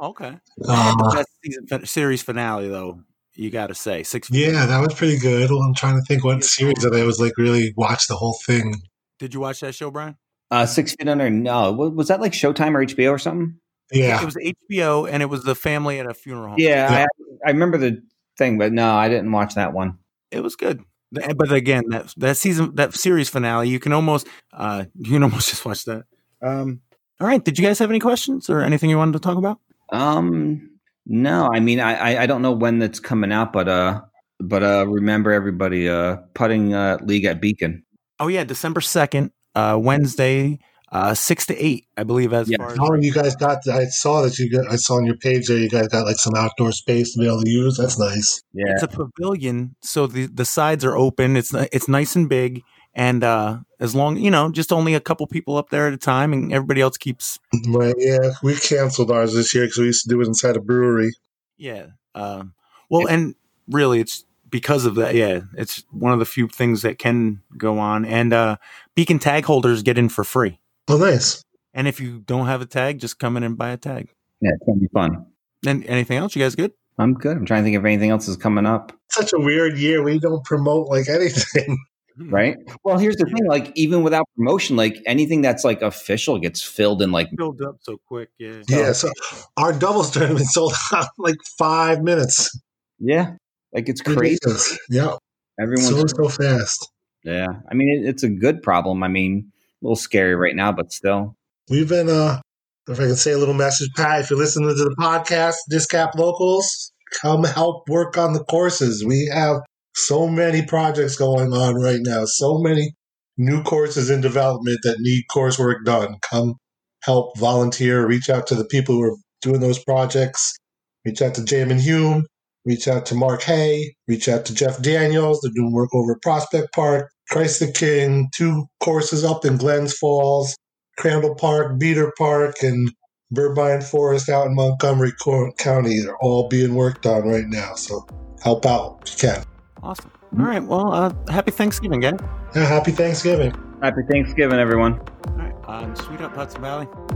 C: oh, okay
B: Uh,
C: the best season fin- series finale though you gotta say six
B: yeah, that was pretty good. Well, I'm trying to think what
C: Yes.
B: series that I was like really watched the whole thing.
C: Did you watch that show, Brian?
A: Uh, Six Feet Under. No, Wa- was that like Showtime or HBO or something?
B: Yeah,
C: It was HBO, and it was the family at a funeral home.
A: Yeah,
B: Yeah.
A: I, I remember the thing, but no, I didn't watch that one.
C: it was good. Th- eh, But again, that that season, that series finale, you can almost uh, you can almost just watch that. Um, all right. Did you guys have any questions or anything you wanted to talk about?
A: Um, no, I mean, I, I, I don't know when that's coming out, but uh, but uh, remember everybody, uh, putting uh, league at Beacon.
C: Oh yeah, December second, uh, Wednesday, uh, six to eight, I believe. As
A: Yeah.
C: far as
B: Oh, you guys got. I saw that you. Got, I saw on your page there. You guys got like some outdoor space to be able to use. That's nice.
A: Yeah,
C: it's a pavilion, so the the sides are open. It's ni- it's nice and big, and uh, as long you know, just only a couple people up there at a time, and everybody else keeps
B: But yeah, we canceled ours this year because we used to do it inside a brewery.
C: Yeah. Um, well, and really, it's because of that. Yeah, it's one of the few things that can go on. And uh, beacon tag holders get in for free.
B: Oh, nice.
C: And if you don't have a tag, just come in and buy a tag.
A: yeah, it's gonna be fun.
C: And anything else? You guys good?
A: I'm good. I'm trying to think if anything else is coming up.
B: Such a weird year. We don't promote like anything.
A: Right. Well, here's the thing. Like, even without promotion, like anything that's like official gets filled in like
C: Build up so quick. Yeah.
B: Yeah, so our doubles tournament sold out in like five minutes.
A: Yeah, like it's crazy.
B: Ridiculous. Yeah, so
A: Everyone's
B: so fast.
A: yeah. I mean, it, it's a good problem. I mean, a little scary right now, but still.
B: We've been uh, if I can say a little message, Pat. If you're listening to the podcast, Discap Locals, come help work on the courses. We have so many projects going on right now. So many new courses in development that need coursework done. Come help volunteer. Reach out to the people who are doing those projects. Reach out to Jamin Hume. Reach out to Mark Hay. Reach out to Jeff Daniels. They're doing work over at Prospect Park. Christ the King. Two courses up in Glens Falls. Crandall Park, Beater Park, and Burbine Forest out in Montgomery Co- County are all being worked on right now. So help out if you can.
C: Awesome. All right. Well, uh, happy Thanksgiving, guys.
B: Yeah, happy Thanksgiving.
A: Happy Thanksgiving, everyone.
C: All right. Um, sweet up Hudson Valley.